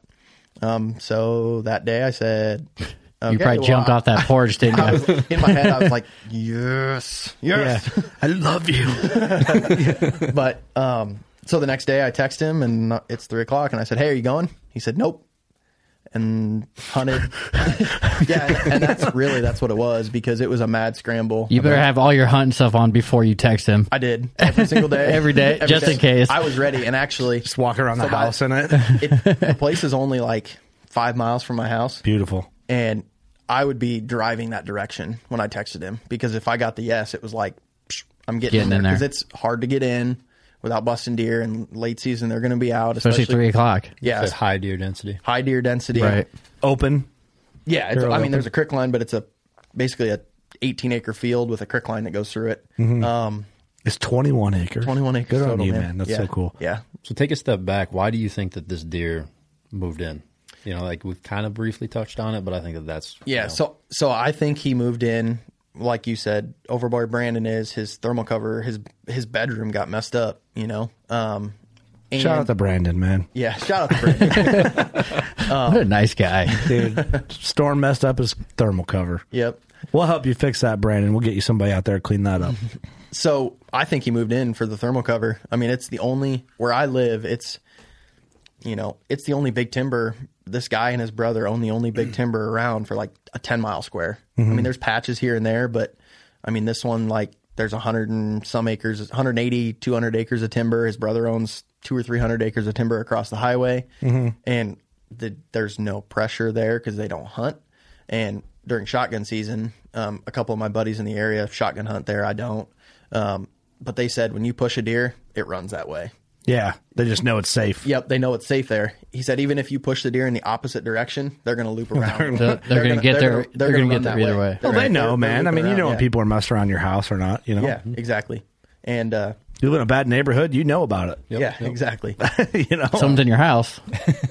S2: Um, so that day I said,
S4: You
S2: okay,
S4: probably
S2: well,
S4: jumped off that porch, didn't
S2: I
S4: you?
S2: was, in my head, I was like, Yes, yes.
S1: Yeah. I love you.
S2: But um, so the next day I text him and uh, it's three o'clock and I said, Hey, are you going? He said, Nope. And hunted. yeah. And, and that's really, that's what it was because it was a mad scramble.
S4: You better have all your hunting stuff on before you text him.
S2: I did every single day,
S4: Every day, just in case.
S2: I was ready, and actually,
S1: Just walk around the
S2: So by-
S1: house in it.
S2: it, the place is only like five miles from my house,
S1: Beautiful.
S2: and I would be driving that direction when I texted him because if I got the yes, it was like psh, I'm getting,
S4: Getting
S2: in
S4: in
S2: there
S4: there.
S2: because it's hard to get in without busting deer, and late season they're going to be out,
S4: Especially three o'clock.
S2: Yeah,
S5: It's a high deer density.
S2: high deer density.
S4: Right.
S1: Open.
S2: Yeah, it's, I
S1: They're all
S2: mean,
S1: open.
S2: there's a crick line, but it's a basically a 18 acre field with a crick line that goes through it. Um,
S1: It's 21 acres.
S2: 21 acres.
S1: Mm-hmm. Good on
S2: total,
S1: you, man. That's
S2: Yeah.
S1: so cool.
S2: Yeah,
S5: So take a step back. Why do you think that this deer moved in? You know, like we've kind of briefly touched on it, but I think that that's you
S2: Yeah.
S5: know,
S2: So so I think he moved in, like you said, overboard Brandon is his thermal cover, his his bedroom got messed up, you know. Um and,
S1: Shout out to Brandon, man.
S2: Yeah, shout out to Brandon. Um,
S4: what a nice guy.
S1: Dude, storm messed up his thermal cover.
S2: yep.
S1: We'll help you fix that, Brandon. We'll get you somebody out there to clean that up.
S2: So I think he moved in for the thermal cover. I mean, it's the only where I live, it's you know, it's the only big timber this guy and his brother own the only big timber around for like a ten mile square. I mean, there's patches here and there, but I mean this one like there's a hundred and some acres, 180, 200 acres of timber. His brother owns two or three hundred acres of timber across the highway, and the, there's no pressure there because they don't hunt. And during shotgun season, um, a couple of my buddies in the area shotgun hunt there. I don't, um, but they said when you push a deer, it runs that way.
S1: Yeah. They just know it's safe.
S2: Yep, they know it's safe there. He said even if you push the deer in the opposite direction, they're going to loop around. they're,
S4: they're gonna get there- they're gonna
S2: run
S4: get there
S2: that
S4: either way.
S1: Well, they
S2: They're-
S1: know,
S2: they're
S1: man. I
S2: looping
S1: mean, you
S2: around,
S1: know when
S2: yeah.
S1: people are messing around your house or not, you know?
S2: Yeah, exactly. And uh,
S1: You live in a bad neighborhood, you know about
S2: yeah, exactly.
S1: it. you know?
S4: Someone's in your house.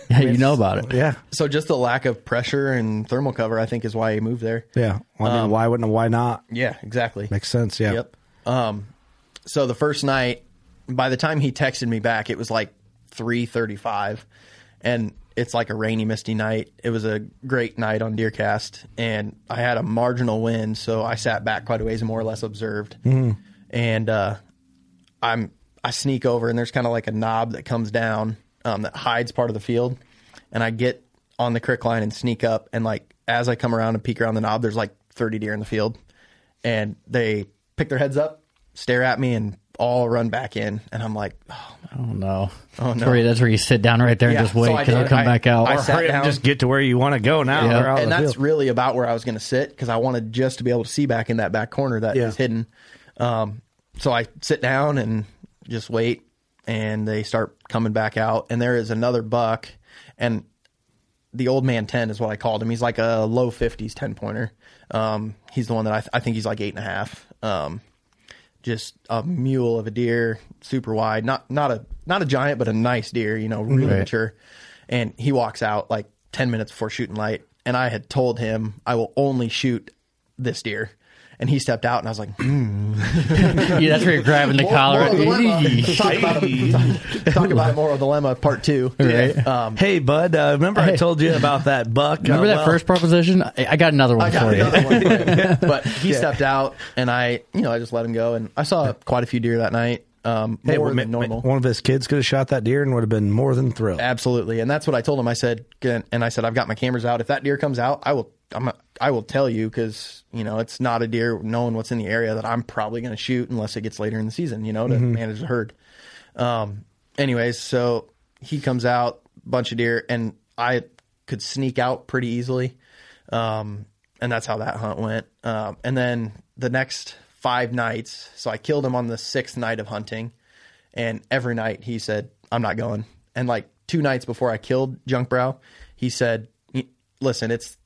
S4: Yeah, you know about it.
S1: yeah.
S2: so just the lack of pressure and thermal cover, I think, is why he moved there.
S1: Yeah. Well, I mean, why wouldn't why not?
S2: Um, Yeah, exactly.
S1: Makes sense. Yeah.
S2: Yep. Um, so the first night, by the time he texted me back, it was like three thirty-five, and it's like a rainy, misty night. It was a great night on DeerCast, and I had a marginal wind, so I sat back quite a ways and more or less observed. And uh, I'm I sneak over, and there's kind of like a knob that comes down um, that hides part of the field, and I get on the crick line and sneak up, and like as I come around and peek around the knob, there's like 30 deer in the field and they pick their heads up, stare at me, and all run back in, and I'm like, oh,
S4: Oh no.
S2: Oh, no.
S4: Sorry, that's where you sit down right there and
S2: Yeah,
S4: just wait
S2: so I
S4: because
S2: did.
S4: it'll come
S2: I-
S4: back out.
S2: I
S4: Or-
S2: sat
S1: Hurry up
S2: down.
S1: and just get to where you want to go now.
S4: Yeah.
S1: They're out
S2: and
S1: of the
S2: that's
S1: field.
S2: really about where I was going to sit because I wanted just to be able to see back in that back corner that is
S1: Yeah.
S2: hidden. Um, so I sit down and just wait, and they start coming back out, and there is another buck, and the old man ten is what I called him. He's like a low fifties ten pointer. Um, he's the one that I, th- I think he's like eight and a half. Um, just a mule of a deer, super wide, not not a not a giant, but a nice deer, you know, really mature. And he walks out like ten minutes before shooting light, and I had told him I will only shoot this deer, and he stepped out, and I was like, "Hmm."
S4: yeah, that's where you're grabbing the collar.
S2: moral dilemma.
S4: Eee.
S2: talk about a, talk about a moral dilemma part two,
S4: Right.
S2: Um,
S1: Hey, bud, uh, remember I told you about that buck? uh,
S4: Remember that first proposition? I, I got another one
S2: I
S4: for
S2: got
S4: you.
S2: another one. but he stepped out, and I, you know, I just let him go, and I saw quite a few deer that night, um, more
S1: well,
S2: than
S1: ma- ma-
S2: normal.
S1: One of his kids could have shot that deer and would have been more than thrilled.
S2: Absolutely, and that's what I told him. I said, and I said, I've got my cameras out. If that deer comes out, I will, I'm, I will tell you because you know it's not a deer knowing what's in the area that I'm probably going to shoot unless it gets later in the season, you know, to manage the herd. Um, anyways, so he comes out, bunch of deer, and I could sneak out pretty easily, um, and that's how that hunt went. Um, and then the next five nights, so I killed him on the sixth night of hunting. And every night he said, I'm not going. And like two nights before I killed Junkbrow, he said, "Y- Listen, it's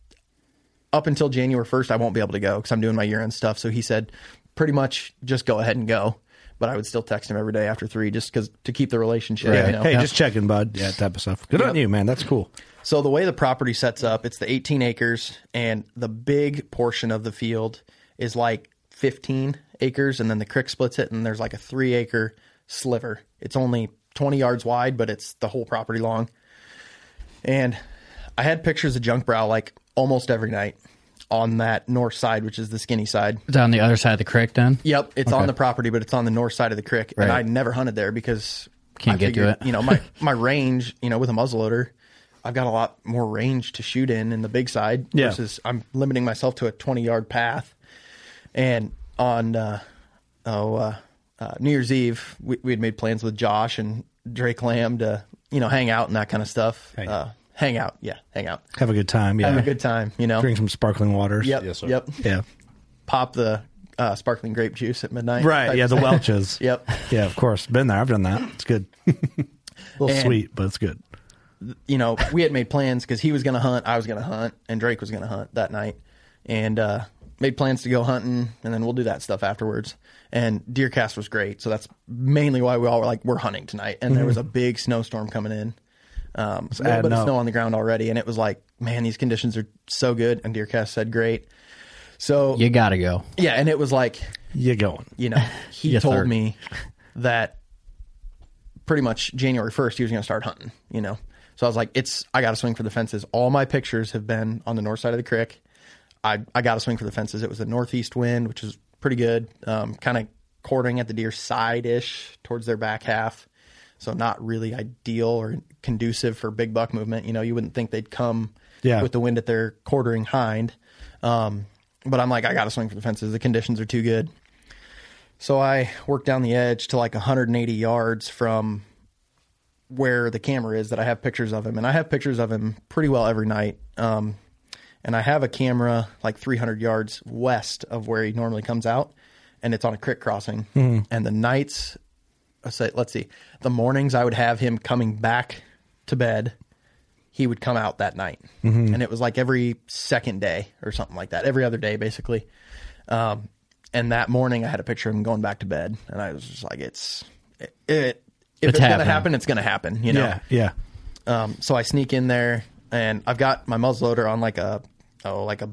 S2: up until January 1st, I won't be able to go because I'm doing my year end stuff. So he said, pretty much just go ahead and go. But I would still text him every day after three just because to keep the relationship.
S1: Yeah.
S2: you know?
S1: Hey, just checking, bud. Yeah, type of stuff. Good on you, man. That's cool.
S2: So the way the property sets up, it's the 18 acres, and the big portion of the field is like 15 acres, and then the creek splits it, and there's like a three acre sliver. It's only 20 yards wide, but it's the whole property long. And I had pictures of junk brow like almost every night on that north side, which is the skinny side.
S4: It's on the other side of the creek then?
S2: Yep, it's on the property, but it's on the north side of the creek, and
S4: Right.
S2: I never hunted there because
S4: Can't
S2: I
S4: get to it.
S2: You know my my range. You know with a muzzleloader, I've got a lot more range to shoot in in the big side
S1: Yeah.
S2: versus I'm limiting myself to a 20 yard path. And on uh, oh uh, uh, New Year's Eve, we, we had made plans with Josh and Drake Lamb to you know hang out and that kind of stuff. Hang uh, hang out, yeah, hang out,
S1: Have a good time. Yeah.
S2: have a good time. You know,
S1: Drink some sparkling waters.
S2: yep,
S5: Yes, sir.
S2: yep.
S1: Yeah.
S2: Pop the uh, sparkling grape juice at midnight.
S1: Right.
S2: Type
S1: Yeah. The
S2: stuff.
S1: Welches.
S2: Yep.
S1: Yeah, of course. Been there. I've done that. It's good. a little
S2: And-
S1: sweet, but it's good.
S2: you know, we had made plans because he was going to hunt, I was going to hunt, and Drake was going to hunt that night, and uh, made plans to go hunting, and then we'll do that stuff afterwards. And Deercast was great, so that's mainly why we all were like, we're hunting tonight. And there was a big snowstorm coming in, um, a little
S1: Mm-hmm. adding
S2: bit of
S1: up.
S2: snow on the ground already, and it was like, man, these conditions are so good. And Deercast said, great. So
S4: You gotta go.
S2: yeah, and it was like
S1: You going?
S2: you know, he
S4: Yes,
S2: told
S4: sir.
S2: me that pretty much January 1st, he was going to start hunting, you know? So I was like, it's, I got to swing for the fences. All my pictures have been on the north side of the creek. I, I got to swing for the fences. It was a northeast wind, which is pretty good, um, kind of quartering at the deer side ish towards their back half. So not really ideal or conducive for big buck movement. You know, you wouldn't think they'd come
S1: Yeah.
S2: with the wind at their quartering hind. Um, but I'm like, I got to swing for the fences. The conditions are too good. So I worked down the edge to like 180 yards from where the camera is that I have pictures of him, and I have pictures of him pretty well every night. Um, and I have a camera like 300 yards west of where he normally comes out, and it's on a creek crossing.
S4: Hmm.
S2: And the nights, I say, let's see, the mornings I would have him coming back to bed. He would come out that night,
S4: Mm-hmm.
S2: and it was like every second day or something like that, every other day basically. Um, and that morning, I had a picture of him going back to bed, and I was just like, "It's it. it if it's,
S4: It's
S2: going to
S4: happening.
S2: happen, it's going to happen." You know.
S1: Yeah. Yeah.
S2: Um, so I sneak in there, and I've got my muzzleloader on like a oh like a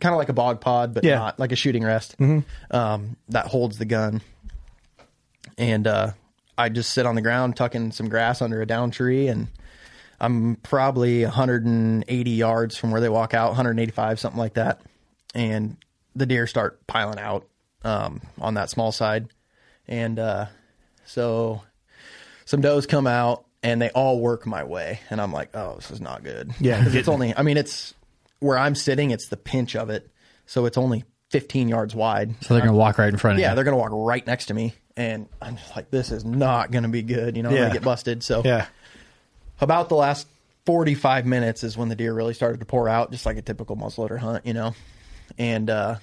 S2: kind of like a bog pod, but
S1: Yeah. Mm-hmm.
S2: not like a shooting rest um, that holds the gun. And uh, I just sit on the ground, tucking some grass under a down tree, and I'm probably 180 yards from where they walk out, 185 something like that, and the deer start piling out um, on that small side, and uh, so some does come out and they all work my way and i'm like oh this is not good
S1: Yeah,
S2: 'Cause it's only i mean it's where i'm sitting it's the pinch of it so it's only 15 yards wide
S4: So they're gonna walk right in front of
S2: yeah
S4: you.
S2: they're gonna walk right next to me and I'm just like, this is not going to be good. You know, I'm
S1: Yeah.
S2: going to get busted. So
S1: Yeah.
S2: about the last 45 minutes is when the deer really started to pour out, just like a typical muzzleloader hunt, you know. And uh,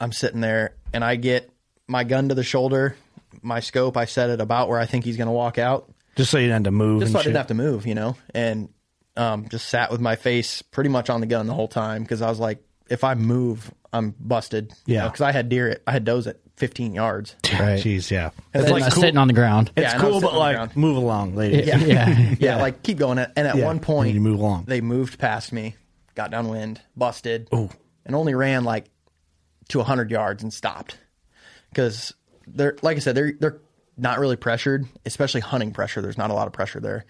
S2: I'm sitting there and I get my gun to the shoulder, my scope, I set it about where I think he's going to walk out.
S1: Just so you didn't have to move.
S2: Just
S1: and
S2: so I
S1: shit.
S2: didn't have to move, you know, and um, just sat with my face pretty much on the gun the whole time because I was like, if I move, I'm busted.
S1: Yeah.
S2: Because I had deer, at, I had does at 15 yards.
S4: Right.
S1: Jeez, yeah.
S2: And
S1: It's
S2: then
S1: like
S4: Not
S1: cool.
S4: sitting on the ground.
S1: it's
S2: Yeah, and I was
S1: cool, but
S2: sitting on the
S1: like
S2: ground.
S1: move along, ladies.
S4: Yeah. yeah.
S2: yeah, like keep going. And at
S1: Yeah.
S2: one point,
S1: And you move along.
S2: They moved past me, got downwind, busted, and only ran like to 100 yards and stopped because they're like I said, they're they're not really pressured, especially hunting pressure. There's not a lot of pressure there,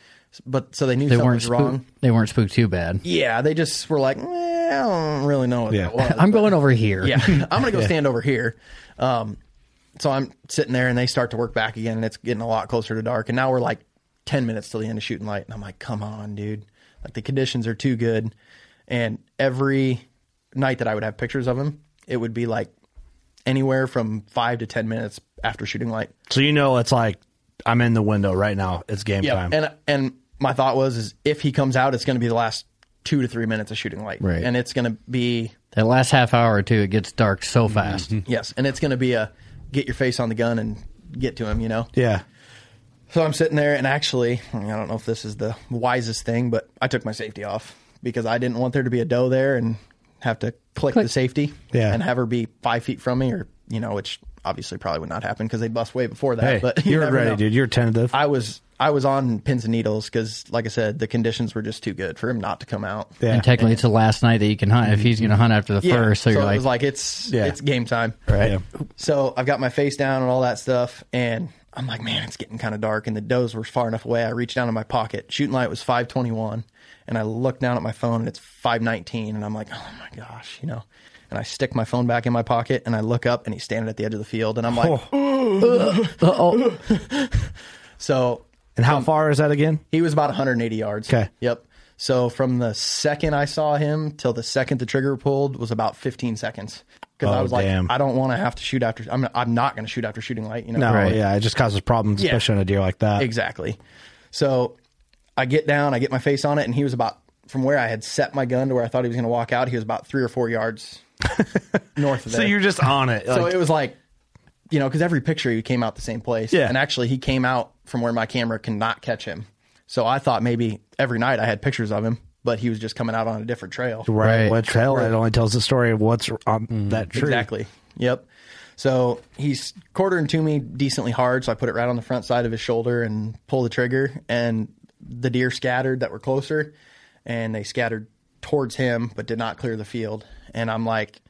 S2: but so they knew
S4: They
S2: something
S4: weren't
S2: was
S4: spooked.
S2: wrong.
S4: They weren't spooked too bad.
S2: Yeah, they just were like, "Eh, I don't really know what
S1: Yeah.
S2: that was.
S4: I'm going over here.
S2: Yeah, I'm gonna go stand over here. Um, so I'm sitting there, and they start to work back again, and it's getting a lot closer to dark. And now we're like ten minutes till the end of shooting light, and I'm like, come on, dude! Like the conditions are too good. And every night that I would have pictures of him, it would be like anywhere from five to ten minutes after shooting light.
S1: So you know it's like I'm in the window right now. It's game
S2: Yeah,
S1: time.
S2: and and my thought was is if he comes out, it's gonna be the last two to three minutes of shooting light,
S4: Right.
S2: And it's gonna be
S4: That last half hour or two, it gets dark so fast.
S2: yes, and it's gonna be a get your face on the gun and get to him, you know.
S1: yeah.
S2: So I'm sitting there, and actually, I don't know if this is the wisest thing, but I took my safety off because I didn't want there to be a doe there and have to click, the safety
S1: Yeah.
S2: and have her be five feet from me, or, you know, which obviously probably would not happen because they'd bust way before that.
S1: Hey,
S2: but you
S1: you are
S2: never
S1: ready,
S2: know.
S1: dude. You're tentative.
S2: I was. I was on pins and needles because, like I said, the conditions were just too good for him not to come out.
S1: Yeah.
S4: And technically, it's the last night that you can hunt if he's going to hunt after the
S2: Yeah,
S4: first. So, you're
S2: it
S4: like,
S2: was like it's
S1: Yeah.
S2: it's game time.
S1: right.
S2: So I've got my face down and all that stuff, and I'm like, man, it's getting kind of dark, and the does were far enough away. I reached down in my pocket, shooting light was 521, and I look down at my phone, and it's 519, and I'm like, oh my gosh, you know. And I stick my phone back in my pocket, and I look up, and he's standing at the edge of the field, and I'm like,
S4: Oh.
S2: so
S1: And how far is that again?
S2: he was about 180 yards.
S1: Okay.
S2: Yep. So from the second I saw him till the second the trigger pulled was about 15 seconds. Because I
S1: Oh,
S2: was
S1: damn.
S2: like, I don't want to have to shoot after. I'm, I'm not going to shoot after shooting light. You know.
S1: No,
S4: Right.
S1: yeah, it just causes problems,
S2: Yeah.
S1: especially on a deer like that.
S2: Exactly. So I get down, I get my face on it, and he was about from where I had set my gun to where I thought he was going to walk out. He was about three or four yards north of there.
S1: So you're just on it.
S2: So
S1: like-
S2: it was like, you know, because every picture he came out the same place.
S1: Yeah.
S2: And actually, he came out from where my camera cannot catch him. So I thought maybe every night I had pictures of him, but he was just coming out on a different trail.
S1: right. Mm-hmm.
S4: Right.
S1: What trail? It only tells the story of what's on that tree.
S2: Exactly. Yep. So he's quartering to me decently hard, so I put it right on the front side of his shoulder and pull the trigger, and the deer scattered that were closer, and they scattered towards him, but did not clear the field. And I'm like,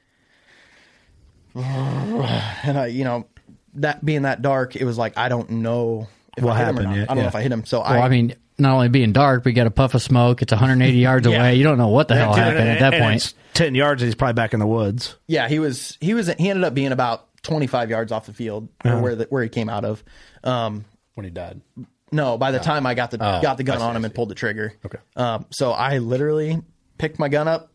S2: and I, you know, that being that dark, it was like I don't know if
S1: What
S2: I hit him or
S1: happened,
S2: not.
S1: yeah,
S2: I don't
S1: yeah.
S2: know if I hit him. So
S4: well, I mean, not only being dark, but you got a puff of smoke. It's 180 yards
S2: Yeah.
S4: away. You don't know what the hell
S1: Dude,
S4: happened
S1: and-
S4: at that
S1: and
S4: point.
S1: it's ten yards. and He's probably back in the woods.
S2: Yeah, he was he was he ended up being about 25 yards off the field or
S1: Uh-huh.
S2: where the, where he came out of. Um,
S5: when he died.
S2: No, by the
S1: Oh.
S2: time I got the got the gun on him and pulled the trigger. Okay. Um, so I literally picked my gun up,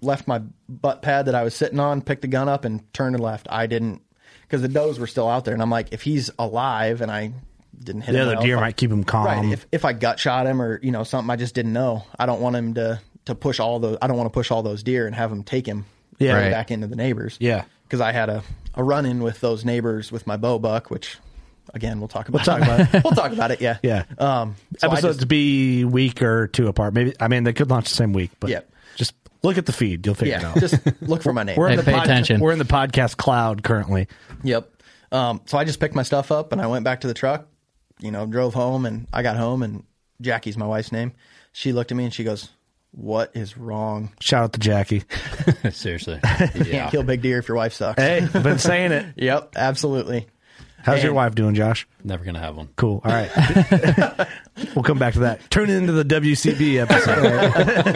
S2: left my butt pad that I was sitting on, picked the gun up, and turned and left. I didn't because the does were still out there, and I'm like, if he's alive, and I didn't hit
S1: The
S2: him
S1: other
S2: well,
S1: deer
S2: if I-
S1: might keep him calm.
S2: right. If if I gut shot him or you know something, I just didn't know. I don't want him to to push all those. I don't want to push all those deer and have him take him
S1: Yeah.
S2: right
S1: Right.
S2: back into the neighbors.
S1: Yeah.
S2: because I had a a run in with those neighbors with my bow buck, which again we'll talk about.
S1: talk about it.
S2: we'll talk about it. Yeah.
S1: yeah.
S2: Um, so I
S1: Episodes
S2: just-
S1: be week or two apart. Maybe. I mean, they could launch the same week, but
S2: Yeah.
S1: just look at the feed. You'll figure it
S2: yeah.
S1: out.
S2: Just look for my name.
S4: Hey, pay
S1: pod-
S4: attention.
S1: We're in the podcast cloud currently.
S2: yep. Um, so I just picked my stuff up and I went back to the truck, you know, drove home and I got home and Jackie's my wife's name. She looked at me and she goes, what is wrong?
S1: Shout out to Jackie.
S5: Seriously.
S2: You can't kill big deer if your wife sucks.
S1: Hey, I've been saying it.
S2: Yep. Absolutely.
S1: How's your
S2: And-
S1: wife doing, Josh?
S5: Never gonna have one.
S1: Cool. All right. we'll come back to that. Turn it into the WCB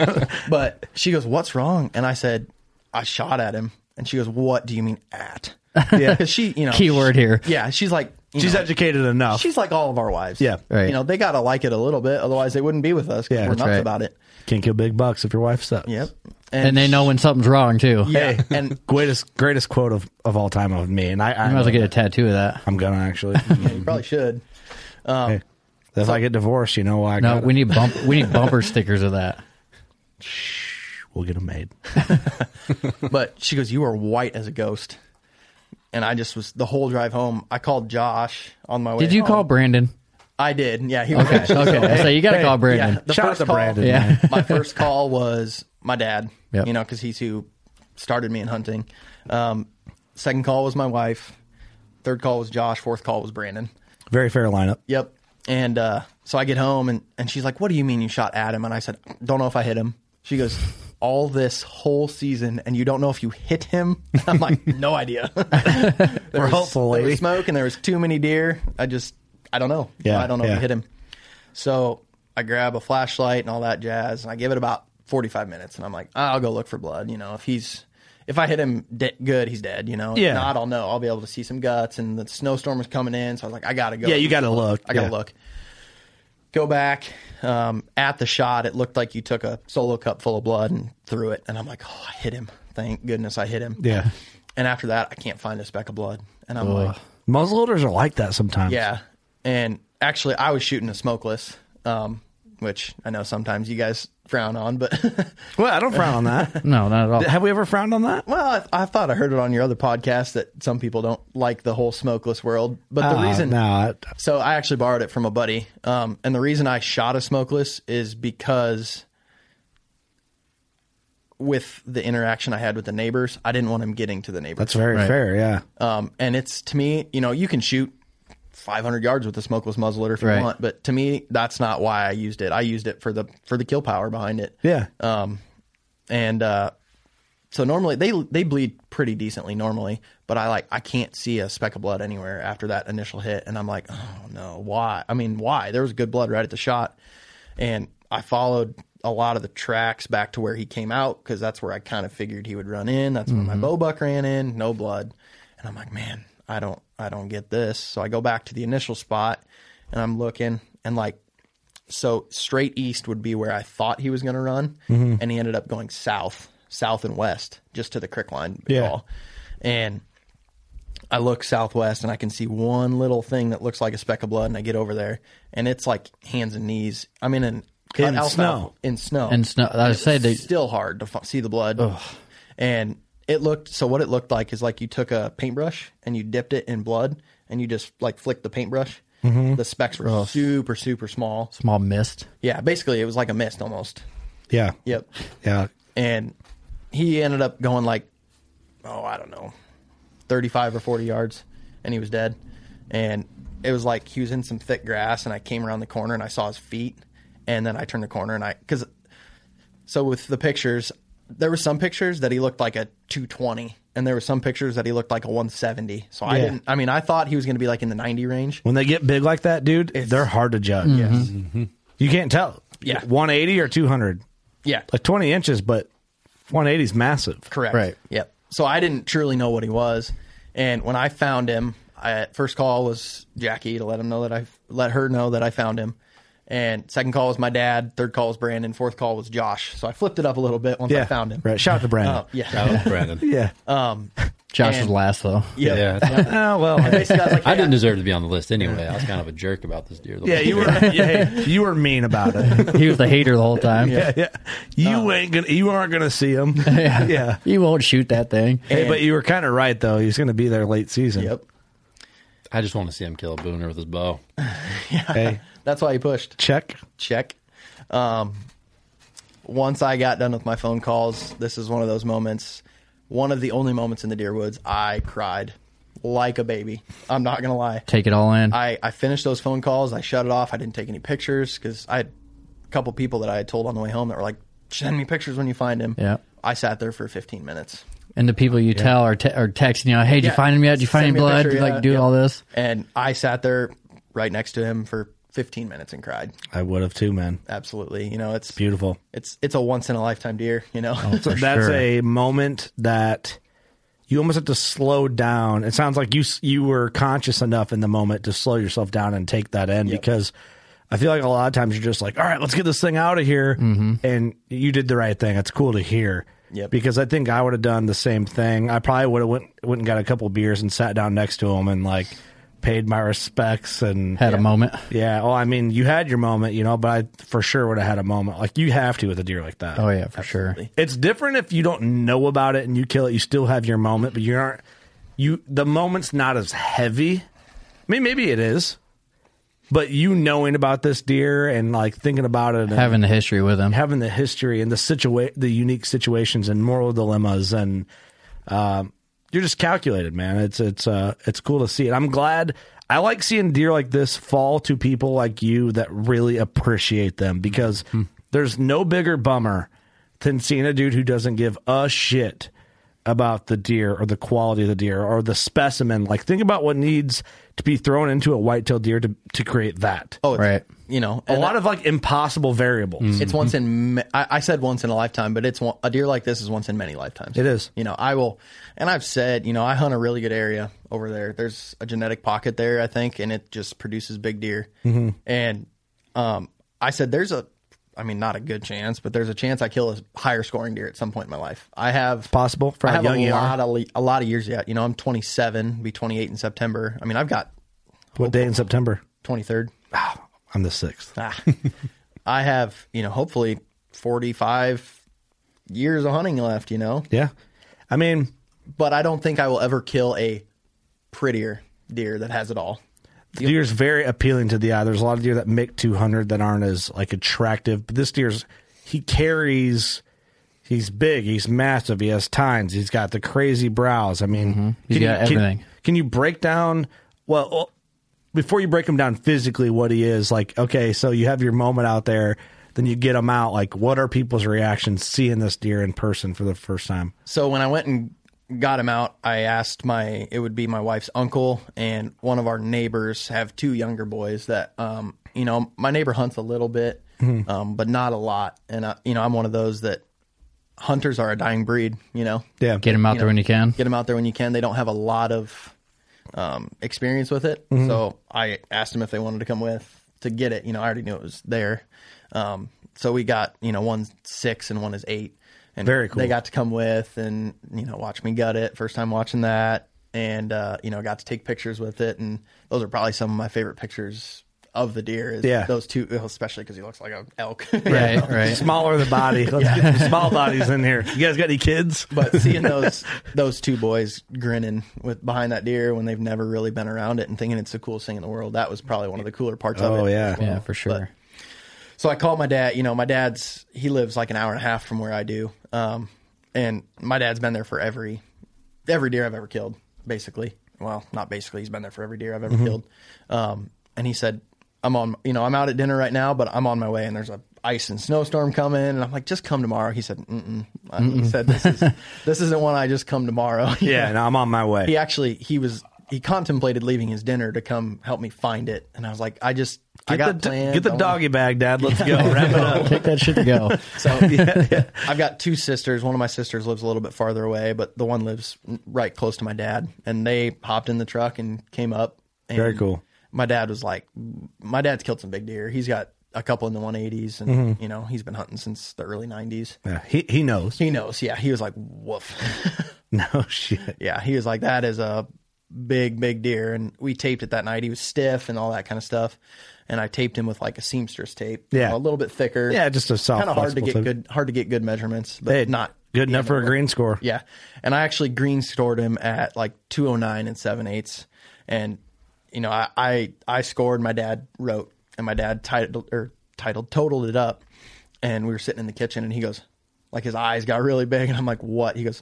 S1: episode.
S2: But she goes, what's wrong? And I said, I shot at him. And she goes, what do you mean at?
S1: yeah.
S2: Cause she, you know,
S4: Keyword here.
S2: yeah, she's like, you
S1: She's
S2: know,
S1: educated enough.
S2: she's like all of our wives.
S1: Yeah.
S4: Right.
S2: You know, they got to like it a little bit. Otherwise they wouldn't be with us. 'cause
S1: Yeah,
S2: we're
S1: that's
S2: nuts
S4: right.
S2: about it.
S1: Can't kill big bucks if your wife sucks.
S2: Yep.
S4: and, they know when something's wrong too. Yeah,
S1: Hey,
S2: and-
S1: greatest greatest quote of, of all time of me, and I, I
S4: I might as well get a tattoo of that.
S1: I'm gonna actually.
S2: You probably should. Oh.
S1: Hey, if I get divorced, you know why? I
S4: No,
S1: got
S4: we need bump. We need bumper stickers of that.
S1: will get them made.
S2: But she goes, "You are white as a ghost," and I just was the whole drive home. I called Josh on my way.
S4: Did you
S2: home.
S4: call Brandon?
S2: I did. Yeah. He was
S4: Okay,
S2: actually-
S4: okay. So you got to call Brandon.
S2: Yeah, the
S1: Shout out
S2: first
S1: to
S2: call,
S1: Brandon,
S4: Yeah. man.
S2: my first call was my dad.
S4: Yep.
S2: You know, because he's who started me in hunting. Um, second call was my wife. Third call was Josh. Fourth call was Brandon.
S1: Very fair lineup.
S2: Yep. And uh, so I get home and, and she's like, What do you mean you shot Adam? And I said, Don't know if I hit him. She goes, All this whole season and you don't know if you hit him? I'm like, No idea. there was,
S1: hopeful,
S2: there was
S1: lady.
S2: smoke and there was too many deer. I just, I don't know.
S1: Yeah,
S2: I don't know if
S1: yeah.
S2: you hit him. So I grab a flashlight and all that jazz and I give it about 45 minutes and I'm like, I'll go look for blood. You know, if he's. If I hit him de- good, he's dead. You know,
S1: Yeah.
S2: If not, I'll know. I'll be able to see some guts, and the snowstorm was coming in, so I was like, I gotta go.
S1: Yeah, you gotta look.
S2: I gotta
S1: Yeah.
S2: look. Go back um, at the shot. It looked like you took a solo cup full of blood and threw it, and I'm like, oh, I hit him. Thank goodness I hit him.
S1: Yeah.
S2: And after that, I can't find a speck of blood, and I'm like,
S1: Muzzleloaders are like that sometimes.
S2: yeah. And actually, I was shooting a smokeless, um, which I know sometimes you guys frown on, but
S1: Well, I don't frown on that.
S4: No, not at all.
S1: Have we ever frowned on that?
S2: well, I, I thought I heard it on your other podcast that some people don't like the whole smokeless world, but the Ah,
S1: Uh,
S2: reason
S1: No, I-
S2: So I actually borrowed it from a buddy, um, and the reason I shot a smokeless is because with the interaction I had with the neighbors, I didn't want him getting to the neighbors.
S1: that's very
S4: Right.
S1: fair. Yeah.
S2: um, and it's to me, you know, you can shoot 500 yards with a smokeless muzzleloader if you
S4: Right.
S2: want, but to me, that's not why I used it. I used it for the for the kill power behind it.
S1: Yeah.
S2: Um, and uh, so normally they they bleed pretty decently normally, but I like I can't see a speck of blood anywhere after that initial hit, and I'm like, oh no, why? I mean, why? There was good blood right at the shot, and I followed a lot of the tracks back to where he came out because that's where I kind of figured he would run in. That's when my buck ran in, no blood, and I'm like, man, I don't I don't get this. So I go back to the initial spot, and I'm looking, and like so straight east would be where I thought he was going to run, and he ended up going south, south and west, just to the creek line.
S1: Yeah.
S2: call. And I look southwest, and I can see one little thing that looks like a speck of blood, and I get over there, and it's like hands and knees. I'm in an cut
S1: In
S2: alfalfa-
S1: snow.
S2: in snow,
S4: And snow. I
S2: It's
S4: say they.
S2: still hard to f- see the blood, and it looked so. What it looked like is like you took a paintbrush and you dipped it in blood, and you just like flicked the paintbrush. The specks were super, super small.
S4: small mist.
S2: Yeah, basically it was like a mist almost.
S1: Yeah.
S2: Yep.
S1: Yeah.
S2: And he ended up going like, oh, I don't know, 35 or 40 yards, and he was dead. And it was like he was in some thick grass, and I came around the corner and I saw his feet. And then I turned the corner and I, because, so with the pictures, there were some pictures that he looked like a 220, and there were some pictures that he looked like a 170. So I
S1: Yeah.
S2: didn't, I mean, I thought he was going to be like in the 90 range.
S1: When they get big like that, dude, they're hard to judge. Yes. You can't tell.
S2: Yeah.
S1: 180 or 200.
S2: Yeah.
S1: Like 20 inches, but 180 is massive.
S2: Correct.
S4: Right.
S2: Yep. So I didn't truly know what he was, and when I found him, I, first call was Jackie to let him know that I let her know that I found him, and second call was my dad, third call was Brandon, fourth call was Josh. So I flipped it up a little bit once
S1: Yeah.
S2: I found him.
S1: Right. Shout out to Brandon.
S2: Oh, yeah.
S5: Shout out to Brandon.
S1: Yeah.
S4: Josh was
S2: And-
S4: last though.
S2: Yep.
S5: Yeah, that's-
S1: oh, well. hey.
S2: Basically, I was like,
S5: I
S2: hey,
S5: didn't deserve to be on the list anyway. I was kind of a jerk about this deer. the
S1: Yeah,
S5: whole
S1: you
S5: year.
S1: were yeah, hey, you were mean about it.
S4: He was the hater the whole time.
S1: Yeah, yeah. You ain't gonna you aren't gonna see him. Yeah.
S4: He won't shoot that thing.
S1: Hey, but you were kind of right though. He's gonna be there late season.
S2: Yep.
S5: I just want to see him kill a booner with his bow.
S1: Hey,
S2: That's why he pushed.
S1: check.
S2: check. Um, once I got done with my phone calls, this is one of those moments, one of the only moments in the Deer Woods, I cried like a baby. I'm not going to lie.
S4: Take it all in.
S2: I, I finished those phone calls. I shut it off. I didn't take any pictures because I had a couple people that I had told on the way home that were like, send me pictures when you find him.
S4: Yeah.
S2: I sat there for 15 minutes.
S4: and the people you tell are, te- are texting you, "Hey, did you
S2: Yeah.
S4: find him yet? Did you find
S2: Send
S4: any
S2: me a
S4: blood?
S2: picture,
S4: Did you,
S1: uh,
S2: yeah,
S4: like do
S2: yeah.
S4: all this?"
S2: And I sat there right next to him for 15 minutes and cried.
S1: I would have too, man.
S2: Absolutely. You know, it's
S1: Beautiful.
S2: It's, it's a once in a lifetime deer, you know?
S1: So that's
S4: sure.
S1: a moment that you almost have to slow down. It sounds like you s- you were conscious enough in the moment to slow yourself down and take that in because I feel like a
S4: Mm-hmm.
S1: lot of times you're just like, all right, let's get this thing out of here, and you did the right thing. It's cool to hear.
S2: Yep.
S1: Because I think I would have done the same thing. I probably would have went went and got a couple beers and sat down next to him and like paid my respects and
S4: Had a moment.
S1: yeah. Well, I mean, you had your moment, you know, but I for sure would have had a moment. Like you have to with a deer like that.
S4: Oh yeah, for sure.
S1: It's different if you don't know about it and you kill it. You still have your moment, but you aren't. You the moment's not as heavy. I mean, maybe it is, but you knowing about this deer and like thinking about it, and
S4: Having the history with him.
S1: having the history and the situa- the unique situations and moral dilemmas, and um, you're just calculated, man. It's it's uh, it's cool to see it. I'm glad. I like seeing deer like this fall to people like you that really appreciate them because
S2: Hmm.
S1: there's no bigger bummer than seeing a dude who doesn't give a shit about the deer or the quality of the deer or the specimen. Like think about what needs to be thrown into a white-tailed deer to to create that.
S2: Oh, it's-
S4: Right.
S2: You know,
S1: a
S2: and
S1: lot of like impossible variables.
S2: It's once in. ma- I, I said once in a lifetime, but it's one, a deer like this is once in many lifetimes.
S1: It is.
S2: You know, I will, and I've said, you know, I hunt a really good area over there. There's a genetic pocket there, I think, and it just produces big deer.
S1: Mm-hmm.
S2: And um, I said, there's a, I mean, not a good chance, but there's a chance I kill a higher scoring deer at some point in my life. I have
S1: Possible for
S2: I
S1: how
S2: have
S1: young
S2: a
S1: you are.
S2: lot of le- a lot of years yet. You know, I'm 27, be 28 in September. I mean, I've got
S1: What day in September?
S2: 23rd.
S1: I'm the sixth.
S2: Ah. I have, you know, hopefully 45 years of hunting left, you know,
S1: Yeah. I mean,
S2: but I don't think I will ever kill a prettier deer that has it all.
S1: the deer's very appealing to the eye. There's a lot of deer that make 200 that aren't as like attractive, but this deer's he carries he's big, he's massive, he has tines, he's got the crazy brows. I mean,
S2: Mm-hmm.
S4: He's
S1: can
S4: got
S1: you- can-
S4: everything.
S1: Can you break down well, well, before you break him down physically what he is, like okay, so you have your moment out there, then you get him out like what are people's reactions seeing this deer in person for the first time?
S2: So when I went and got him out, I asked my it would be my wife's uncle and one of our neighbors have two younger boys that um you know my neighbor hunts a little bit um but not a lot and I, you know I'm one of those that hunters are a dying breed you know
S1: Yeah.
S4: Get him out there when you can.
S2: get them out there when you can. They don't have a lot of um, experience with it,
S1: Mm-hmm.
S2: so I asked them if they wanted to come with to get it. You know, I already knew it was there, um, so we got you know one's six and one is eight, and
S1: Very cool.
S2: They got to come with and you know watch me gut it. First time watching that, and uh, you know got to take pictures with it, and those are probably some of my favorite pictures of the deer. Is
S1: Yeah.
S2: those two, especially because he looks like an elk.
S4: Right, right.
S1: Smaller the body. Let's get some small bodies in here. You guys got any kids?
S2: But seeing those those two boys grinning with behind that deer when they've never really been around it and thinking it's the coolest thing in the world, that was probably one of the cooler parts of it.
S1: Oh, yeah.
S2: as well.
S4: Yeah, for sure.
S2: So I called my dad. You know, my dad's he lives like an hour and a half from where I do, um, and my dad's been there for every every deer I've ever killed, basically. Well, not basically. He's been there for every deer I've ever
S1: Mm-hmm.
S2: killed. Um, and he said, "I'm on. You know, I'm out at dinner right now, but I'm on my way. And there's a ice and snowstorm coming. And I'm like, just come tomorrow. He said, Mm-mm. I- He said, this is this isn't one I just come tomorrow.
S1: Yeah, and I'm on my way.
S2: He actually he was he contemplated leaving his dinner to come help me find it. And I was like, I just I got
S1: the,
S2: plans.
S1: Get
S2: I
S1: the
S2: wanna-
S1: doggy bag, Dad. Let's go. Wrap it up.
S4: Take that shit to go.
S2: So I've got two sisters. One of my sisters lives a little bit farther away, but the one lives right close to my dad. And they hopped in the truck and came up. And
S1: Very cool.
S2: My dad was like, my dad's killed some big deer. He's got a couple in the 180s, and
S1: Mm-hmm.
S2: you know he's been hunting since the early 90s.
S1: Yeah, he he knows.
S2: He knows. Yeah, he was like, woof.
S1: No shit.
S2: yeah, he was like, that is a big, big deer. And we taped it that night. He was stiff and all that kind of stuff. And I taped him with like a seamstress tape, you
S1: Yeah.
S2: know, a little bit thicker.
S1: Yeah, just a soft,
S2: kind of hard to
S1: flexible
S2: get
S1: tape.
S2: good, hard to get good measurements, but
S1: Hey,
S2: not
S1: good enough for a green score.
S2: yeah. And I actually green scored him at like 209 and 7 eighths. And, you know, I, I, I scored, my dad wrote, and my dad titled or titled, totaled it up. And we were sitting in the kitchen and he goes, like his eyes got really big. And I'm like, what? He goes,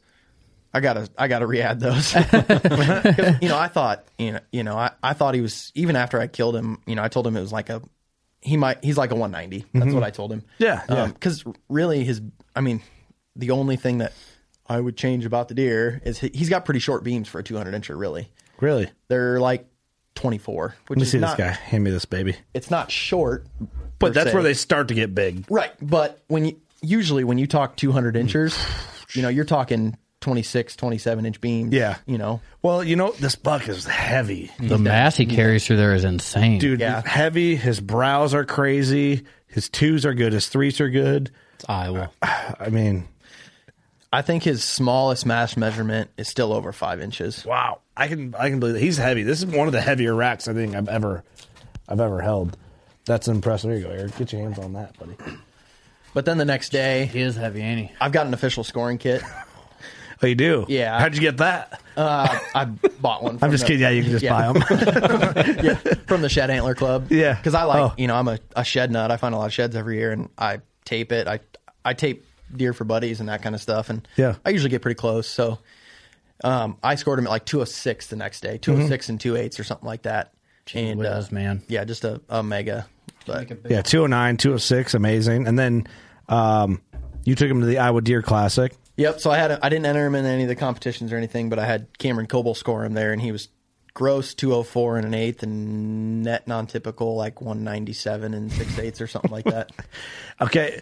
S2: I gotta, I gotta re-add those. 'Cause, you know, I thought, you know, you know, I, I thought he was, even after I killed him, you know, I told him it was like a, he might, he's like a 190. That's what I told him.
S1: Mm-hmm.
S2: Um,
S1: Yeah, yeah.
S2: Because really, his, I mean, the only thing that I would change about the deer is he, he's got pretty short beams for a 200 incher, really.
S1: Really.
S2: They're like 24,
S1: Let
S2: which
S1: me
S2: is
S1: see
S2: not,
S1: this guy. Hand me this baby.
S2: It's not short. per
S1: But that's
S2: se.
S1: where they start to get big.
S2: Right. But when you, usually when you talk 200 inchers, you know, you're talking 26, 27 inch beams.
S1: Yeah.
S2: You know,
S1: Well, you know this buck is heavy,
S4: The mass he carries through there is insane.
S1: dude.
S2: Yeah.
S1: Heavy. His brows are crazy. His twos are good. His threes are good.
S5: It's Iowa.
S1: I mean,
S2: I think his smallest mass measurement is still over five inches.
S1: Wow, I can I can believe that. he's heavy. This is one of the heavier racks I think I've ever I've ever held. That's impressive. There you go, Eric. Get your hands on that, buddy.
S2: But then the next day,
S4: He is heavy, ain't he?
S2: I've got an official scoring kit.
S1: Oh, you do?
S2: Yeah.
S1: How'd you get that?
S2: Uh, I bought one. From
S1: I'm just
S2: the-
S1: kidding. Yeah, you can just
S2: Yeah.
S1: buy them.
S2: yeah, from the Shed Antler Club.
S1: Yeah.
S2: because I like
S1: Oh.
S2: you know I'm a, a shed nut. I find a lot of sheds every year, and I tape it. I I tape deer for buddies and that kind of stuff, and
S1: Yeah.
S2: I usually get pretty close. So um, I scored him at like 206 the next day, 206 and two eights or something like that. and uh,
S4: whiz, man.
S2: yeah, just a, a mega. But
S1: yeah, 209, 206, amazing. And then um, you took him to the Iowa Deer Classic.
S2: Yep. So I had I didn't enter him in any of the competitions or anything, but I had Cameron Coble score him there, and he was gross 204 and an eighth, and net non-typical like 197 and six eighths or something like that.
S1: Okay.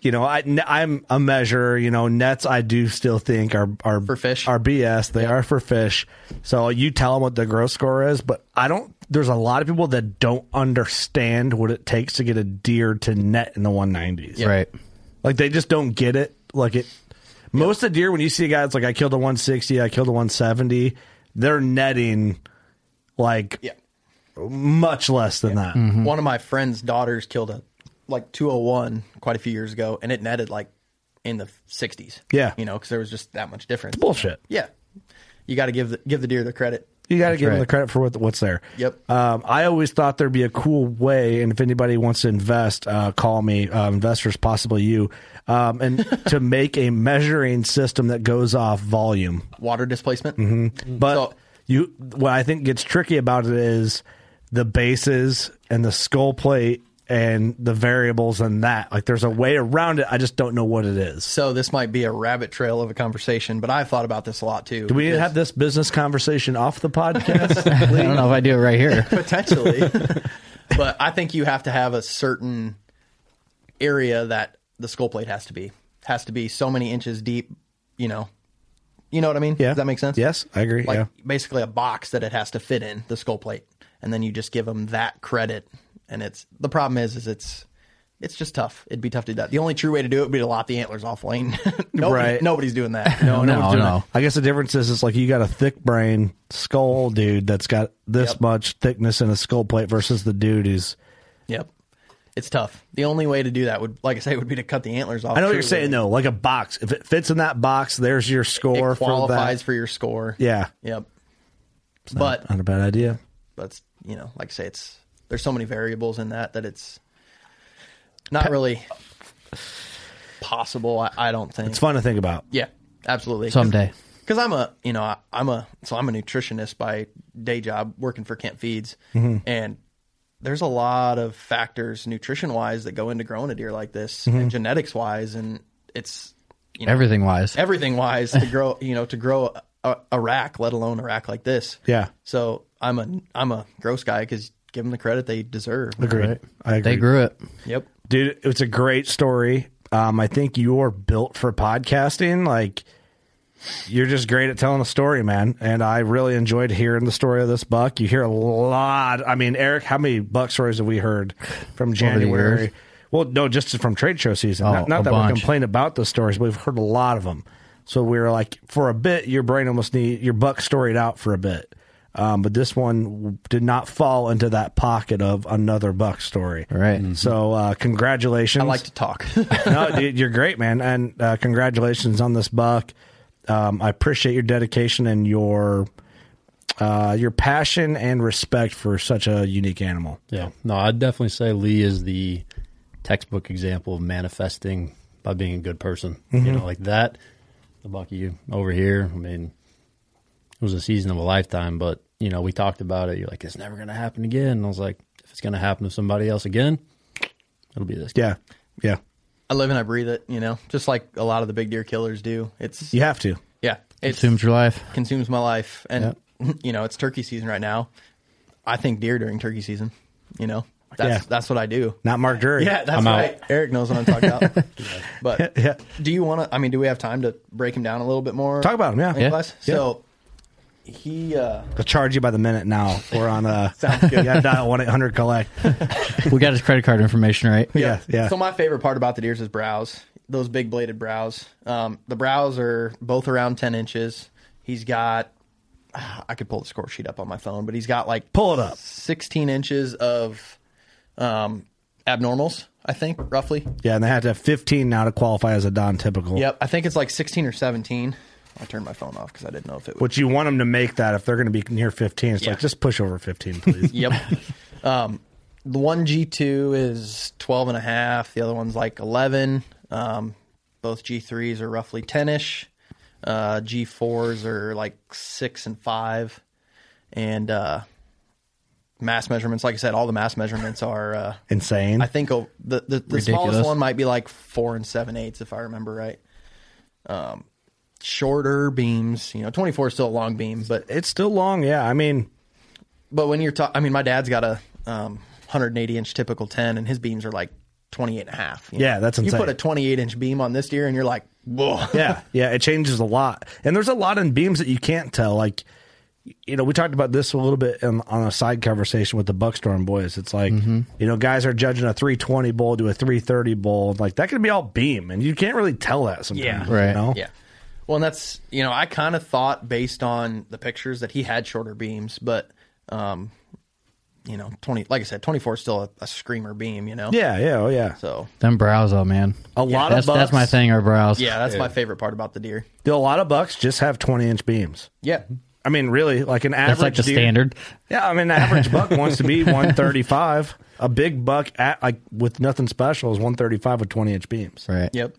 S1: You know, I, am a measurer. You know, nets I do still think are are
S2: For fish.
S1: are BS. They are for fish. So you tell them what the gross score is, but I don't. There's a lot of people that don't understand what it takes to get a deer to net in the 190s.
S4: Right.
S1: Like they just don't get it. Like it. Most of the deer, when you see a guy that's like, I killed a 160, I killed a 170, they're netting like
S2: Yeah. Mm-hmm.
S1: much less than that.
S2: One of my friend's daughters killed a like 201 quite a few years ago, and it netted like in the 60s.
S1: Yeah.
S2: You know, because there was just that much difference.
S1: Bullshit.
S2: Yeah. You got to give the, give the deer the credit.
S1: You got to give them
S4: right.
S1: the credit for what, what's there.
S2: Yep.
S1: Um, I always thought there'd be a cool way, and if anybody wants to invest, uh, call me, uh, investors, possibly you, um, and to make a measuring system that goes off volume.
S2: Water displacement.
S1: But
S2: So-
S1: you, what I think gets tricky about it is the bases and the skull plate and the variables and that. Like, there's a way around it. I just don't know what it is.
S2: So this might be a rabbit trail of a conversation, but I've thought about this a lot too.
S1: Do we need to
S2: because-
S1: have this business conversation off the podcast?
S4: I don't know if I do it right here.
S2: potentially. but I think you have to have a certain area that the skull plate has to be has to be so many inches deep. You know, you know what I mean?
S1: Yeah.
S2: Does that make sense?
S1: Yes, I agree,
S2: Like
S1: yeah.
S2: basically a box that it has to fit in the skull plate, and then you just give them that credit. And it's the problem is is it's it's just tough. It'd be tough to do that. The only true way to do it would be to lop the antlers off lane. Nobody,
S1: Right.
S2: Nobody's doing that.
S4: No, no, no.
S1: I guess the difference is it's like you got a thick brain skull dude that's got this
S2: Yep.
S1: much thickness in a skull plate versus the dude who's.
S2: Yep. It's tough. The only way to do that would, like I say, would be to cut the antlers off.
S1: I know what you're
S2: truly.
S1: saying though, like a box. If it fits in that box, there's your score
S2: it qualifies
S1: for
S2: for, your score.
S1: that. Yeah,
S2: Yep. but
S1: not a bad idea.
S2: but you know, like I say, it's there's so many variables in that that it's not really possible. I, I don't think
S1: It's fun to think about.
S2: Yeah, absolutely.
S4: Someday.
S2: because I'm a you know I, I'm a so I'm a nutritionist by day job working for Kent Feeds, and there's a lot of factors nutrition wise that go into growing a deer like this, and genetics wise, and it's you know,
S4: Everything wise.
S2: everything wise to grow you know to grow a, a rack let alone a rack like this
S1: Yeah.
S2: so i'm a i'm a gross guy because give them the credit they deserve
S1: Agreed. I agree.
S4: They grew it.
S2: yep
S1: dude it's a great story um, i think you're built for podcasting like you're just great at telling a story man and i really enjoyed hearing the story of this buck you hear a lot i mean eric how many buck stories have we heard from january well no just from trade show season
S4: Oh,
S1: not, not
S4: a
S1: that we
S4: bunch.
S1: complain about those stories but we've heard a lot of them so we are like for a bit your brain almost need your buck storied out for a bit um, but this one did not fall into that pocket of another buck story
S4: Right.
S1: so uh, congratulations.
S2: i like to talk
S1: no, dude, you're great, man, and uh, congratulations on this buck. Um, I appreciate your dedication and your uh, your passion and respect for such a unique animal.
S5: Yeah. No, I'd definitely say Lee is the textbook example of manifesting by being a good person. You know, like that. The buck you over here. I mean, it was a season of a lifetime, but you know, we talked about it. You're like, it's never gonna happen again. And I was like, if it's gonna happen to somebody else again, it'll be this. guy.
S1: Yeah, yeah,
S2: i live and i breathe it you know just like a lot of the big deer killers do it's
S1: you have to.
S2: yeah it's
S4: Assumed your life.
S2: consumes my life and you know it's turkey season right now i think deer during turkey season you know that's
S1: Yeah.
S2: that's what i do
S1: Not Mark Drury.
S2: yeah that's
S5: I'm out.
S2: right eric knows what i'm talking about but
S1: Yeah.
S2: do you want to i mean do we have time to break him down a little bit more
S1: Talk about him, yeah.
S2: in
S1: Yeah.
S2: class?
S1: Yeah.
S2: so he uh
S1: I'll charge you by the minute now. We're on a
S2: Sounds good.
S1: yeah dial one eight hundred collect.
S4: We got his credit card information right.
S1: Yeah, yeah.
S2: So my favorite part about the deers is browse. those big bladed brows. Um, the brows are both around ten inches. He's got. I could pull the score sheet up on my phone, but he's got like
S1: Pull it up.
S2: 16 inches of um, abnormals, I think, roughly.
S1: Yeah, and they have to have 15 now to qualify as a Don typical.
S2: Yep, I think it's like 16 or 17. I turned my phone off because I didn't know if it would.
S1: Which you want them to make that if they're going to be near 15. It's like, just push over 15, please.
S2: Yep. um, the one G2 is 12 and a half. The other one's like 11. Um, both G3s are roughly 10 ish. Uh, G4s are like six and five. And uh, mass measurements, like I said, all the mass measurements are, uh,
S1: Insane.
S2: I think oh, the, the, the smallest one might be like four and seven eighths, if I remember right. Um, shorter beams, you know, 24 is still a long beam, but
S1: it's still long. Yeah, I mean,
S2: but when you're talking, I mean, my dad's got a um, 180 inch typical 10, and his beams are like 28 and a half. you
S1: Yeah, that's
S2: You
S1: insane.
S2: put a 28 inch beam on this deer, and you're like, whoa.
S1: yeah, yeah, it changes a lot. And there's a lot in beams that you can't tell. Like, you know, we talked about this a little bit in, on a side conversation with the Buckstorm boys. It's like,
S4: Mm-hmm.
S1: you know, guys are judging a 320 bull to a 330 bull. Like, that could be all beam, and you can't really tell that sometimes.
S2: Yeah.
S1: you
S4: Right.
S1: know?
S2: Yeah. Well, and that's, you know, I kind of thought based on the pictures that he had shorter beams, but, um, you know, 20, like I said, 24 is still a, a screamer beam, you know?
S1: Yeah, yeah, oh, yeah.
S2: So,
S4: Them brows, though, man.
S1: A lot
S4: That's
S1: of bucks,
S4: that's my thing. Our brows.
S2: yeah, that's my favorite part about the deer.
S1: A lot of bucks just have 20 inch beams.
S2: Yeah.
S1: I mean, really, like an average.
S4: That's like the
S1: deer-
S4: standard.
S1: Yeah, I mean, the average buck wants to be 135. A big buck at like with nothing special is 135 with 20 inch beams.
S4: Right.
S2: Yep.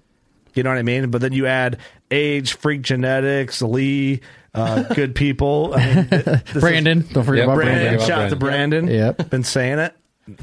S1: You know what I mean? But then you add age, freak genetics, Lee, uh, good people. I mean, th- this is-
S4: Brandon. Don't forget
S5: Yeah,
S1: Brandon.
S4: about Brandon.
S5: Brandon.
S1: Shout out to Brandon.
S4: Yep.
S1: Been saying it.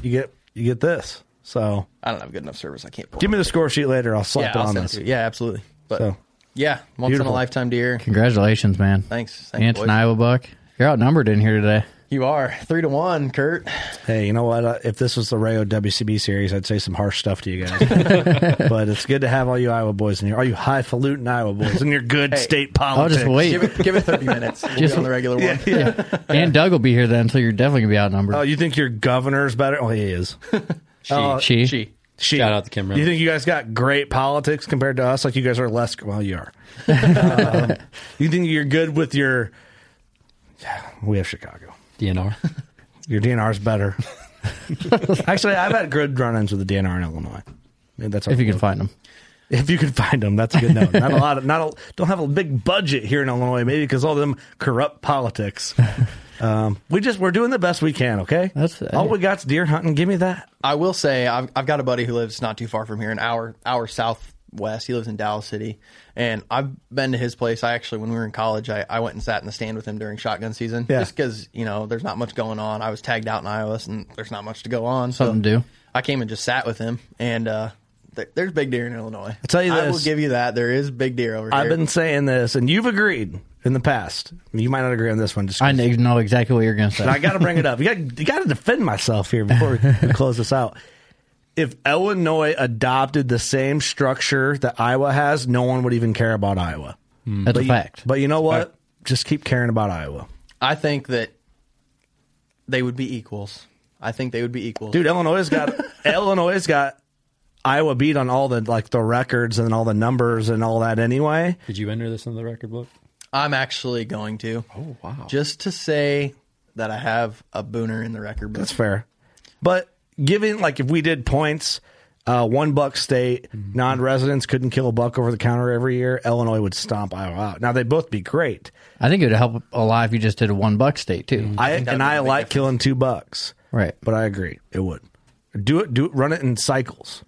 S1: You get you get this. So
S2: I don't have good enough service. I can't pull
S1: give
S2: it.
S1: me the score sheet later. I'll slap
S2: yeah,
S1: it
S2: I'll
S1: on
S2: send it
S1: this.
S2: to you. Yeah, absolutely. But,
S1: So.
S2: yeah, once in
S1: Beautiful.
S2: a lifetime deer.
S4: Congratulations, man.
S2: Thanks. Thanks,
S4: And it's
S2: boys.
S4: an Iowa buck. You're outnumbered in here today.
S2: You are three to one, Kurt.
S1: Hey, you know what? Uh, if this was the Rayo WCB series, I'd say some harsh stuff to you guys. but it's good to have all you Iowa boys in here. All you highfalutin Iowa boys in your good state
S4: I'll
S1: politics.
S4: just wait.
S2: Give it, give it thirty minutes. We'll be on the regular one.
S4: And Doug will be here then, so you're definitely gonna be outnumbered.
S1: Oh, you think your governor's better? Oh, he is.
S5: She,
S4: she.
S2: She.
S1: She,
S5: Shout out to Kim Reynolds.
S1: You think you guys got great politics compared to us? Like you guys are less. Well, you are. Um, you think you're good with your? Yeah, we have Chicago.
S5: DNR.
S1: Your DNR is better. Actually, I've had good run-ins with the DNR in Illinois. I mean, that's
S4: if you
S1: our-
S4: can find him.
S1: If you can find them, that's a good note. Not a lot of not a, don't have a big budget here in Illinois, maybe because all them corrupt politics. Um, we just we're doing the best we can. Okay,
S4: That's-
S1: all we got's deer hunting. Give me that.
S2: I will say I've, I've got a buddy who lives not too far from here, an hour hour southwest. He lives in Dallas City, and I've been to his place. I actually, when we were in college, I, I went and sat in the stand with him during shotgun season,
S1: Yeah.
S2: just because you know there's not much going on. I was tagged out in Iowa, and there's not much to go on. So
S4: Something to do.
S2: I came and just sat with him, and uh, th- there's big deer in Illinois. I
S1: tell you
S2: I will
S1: this.
S2: give you that. There is big deer over
S1: I've
S2: here.
S1: been saying this, and you've agreed in the past. You might not agree on this one. Just
S4: I kn- know exactly what you're gonna say.
S1: I got to bring it up. You got you got to defend myself here before we we close this out. If Illinois adopted the same structure that Iowa has, no one would even care about Iowa.
S4: That's a fact.
S1: But you know what? Just keep caring about Iowa,
S2: I think that they would be equals. I think they would be equals.
S1: dude. Illinois's got Illinois's got Iowa beat on all the like the records and all the numbers and all that anyway.
S5: Did you enter this in the record book?
S2: I'm actually going to. Oh
S5: wow.
S2: Just to say that I have a booner in the record book.
S1: That's fair. But given like if we did points, uh, one buck state,
S5: Mm-hmm.
S1: non residents couldn't kill a buck over the counter every year, Illinois would stomp Iowa out. Now they both be great.
S4: I think it would help a lot if you just did a one buck state too.
S1: I and I like killing two bucks.
S4: Right.
S1: But I agree. It would. Do it do it run it in cycles.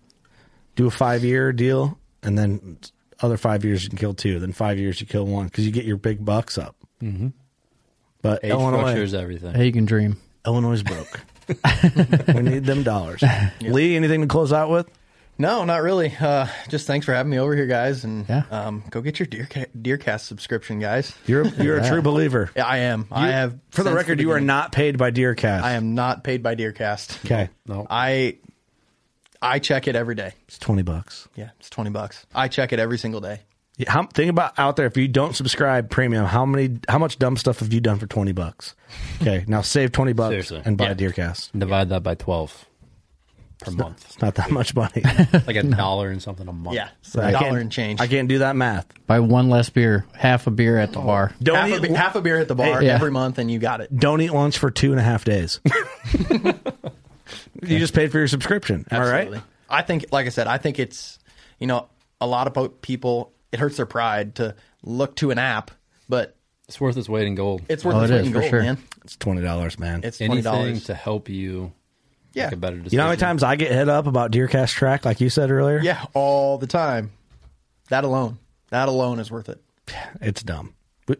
S1: Do a five year deal and then other five years you can kill two, then five years you kill one because you get your big bucks up. Mm-hmm. But
S5: Age structure
S1: Illinois,
S5: is everything.
S4: Hey, you can dream.
S1: Illinois is broke. we need them dollars. Lee, anything to close out with?
S2: No, not really. Uh, just thanks for having me over here, guys. And
S4: Yeah.
S2: um, go get your Deerca- Deercast subscription, guys.
S1: You're you're a true believer.
S2: Yeah, I am. I have.
S1: For the
S2: since
S1: record, you are
S2: beginning.
S1: not paid by Deercast.
S2: I am not paid by Deercast.
S1: okay.
S5: no.
S2: I I check it every day.
S1: It's twenty bucks.
S2: Yeah, it's twenty bucks. I check it every single day.
S1: Yeah, How, think about out there if you don't subscribe premium, how many how much dumb stuff have you done for twenty bucks? Okay, now save twenty bucks
S5: Seriously.
S1: and buy
S5: Yeah.
S1: Deercast.
S5: Divide that by 12. per month,
S1: It's not that much money.
S5: like a dollar and something a month.
S2: Yeah,
S1: So
S2: a
S1: I
S2: dollar
S1: can't-
S2: and change.
S1: I can't do that math.
S4: Buy one less beer, half a beer at the bar.
S1: Don't
S2: half, a,
S1: eat
S2: be- half a beer at the bar
S4: Hey, yeah.
S2: every month, and you got it.
S1: don't eat lunch for two and a half days. you just paid for your subscription. Am I right?
S2: I think, like I said, I think it's you know a lot of po- people it hurts their pride to look to an app, but
S5: It's worth its weight in gold.
S2: it's worth
S4: Oh,
S2: its
S4: it
S2: weight
S4: is,
S2: in
S4: for
S2: gold,
S4: sure.
S2: man.
S1: It's twenty dollars, man.
S2: It's twenty
S5: anything
S2: dollars.
S5: to help you
S2: Yeah.
S5: make a better decision.
S1: you know how many times I get hit up about Deercast track, like you said earlier?
S2: Yeah, all the time. That alone, that alone is worth it.
S1: It's dumb. But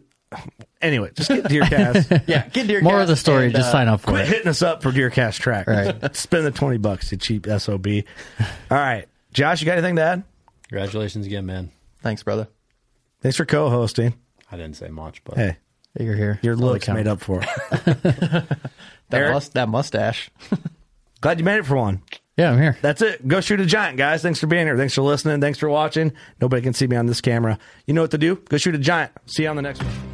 S1: anyway, just get Deercast.
S2: Yeah, get deer.
S4: More of the story, just
S2: uh,
S4: sign up for
S1: Quit
S4: it.
S1: hitting us up for Deercast track.
S4: Right.
S1: Spend the twenty bucks, you cheap SOB. All right. Josh, you got anything to add?
S5: Congratulations again, man.
S2: Thanks, brother.
S1: Thanks for co hosting.
S5: I didn't say much, but
S1: Hey,
S4: You're here.
S1: your
S4: That's all that
S1: looks
S4: counts.
S1: made up for it.
S2: That,
S1: Eric?
S2: mus- that mustache.
S1: Glad you made it for one.
S4: Yeah, I'm here.
S1: That's it. Go shoot a giant, guys. Thanks for being here. Thanks for listening. Thanks for watching. Nobody can see me on this camera. You know what to do. Go shoot a giant. See you on the next one.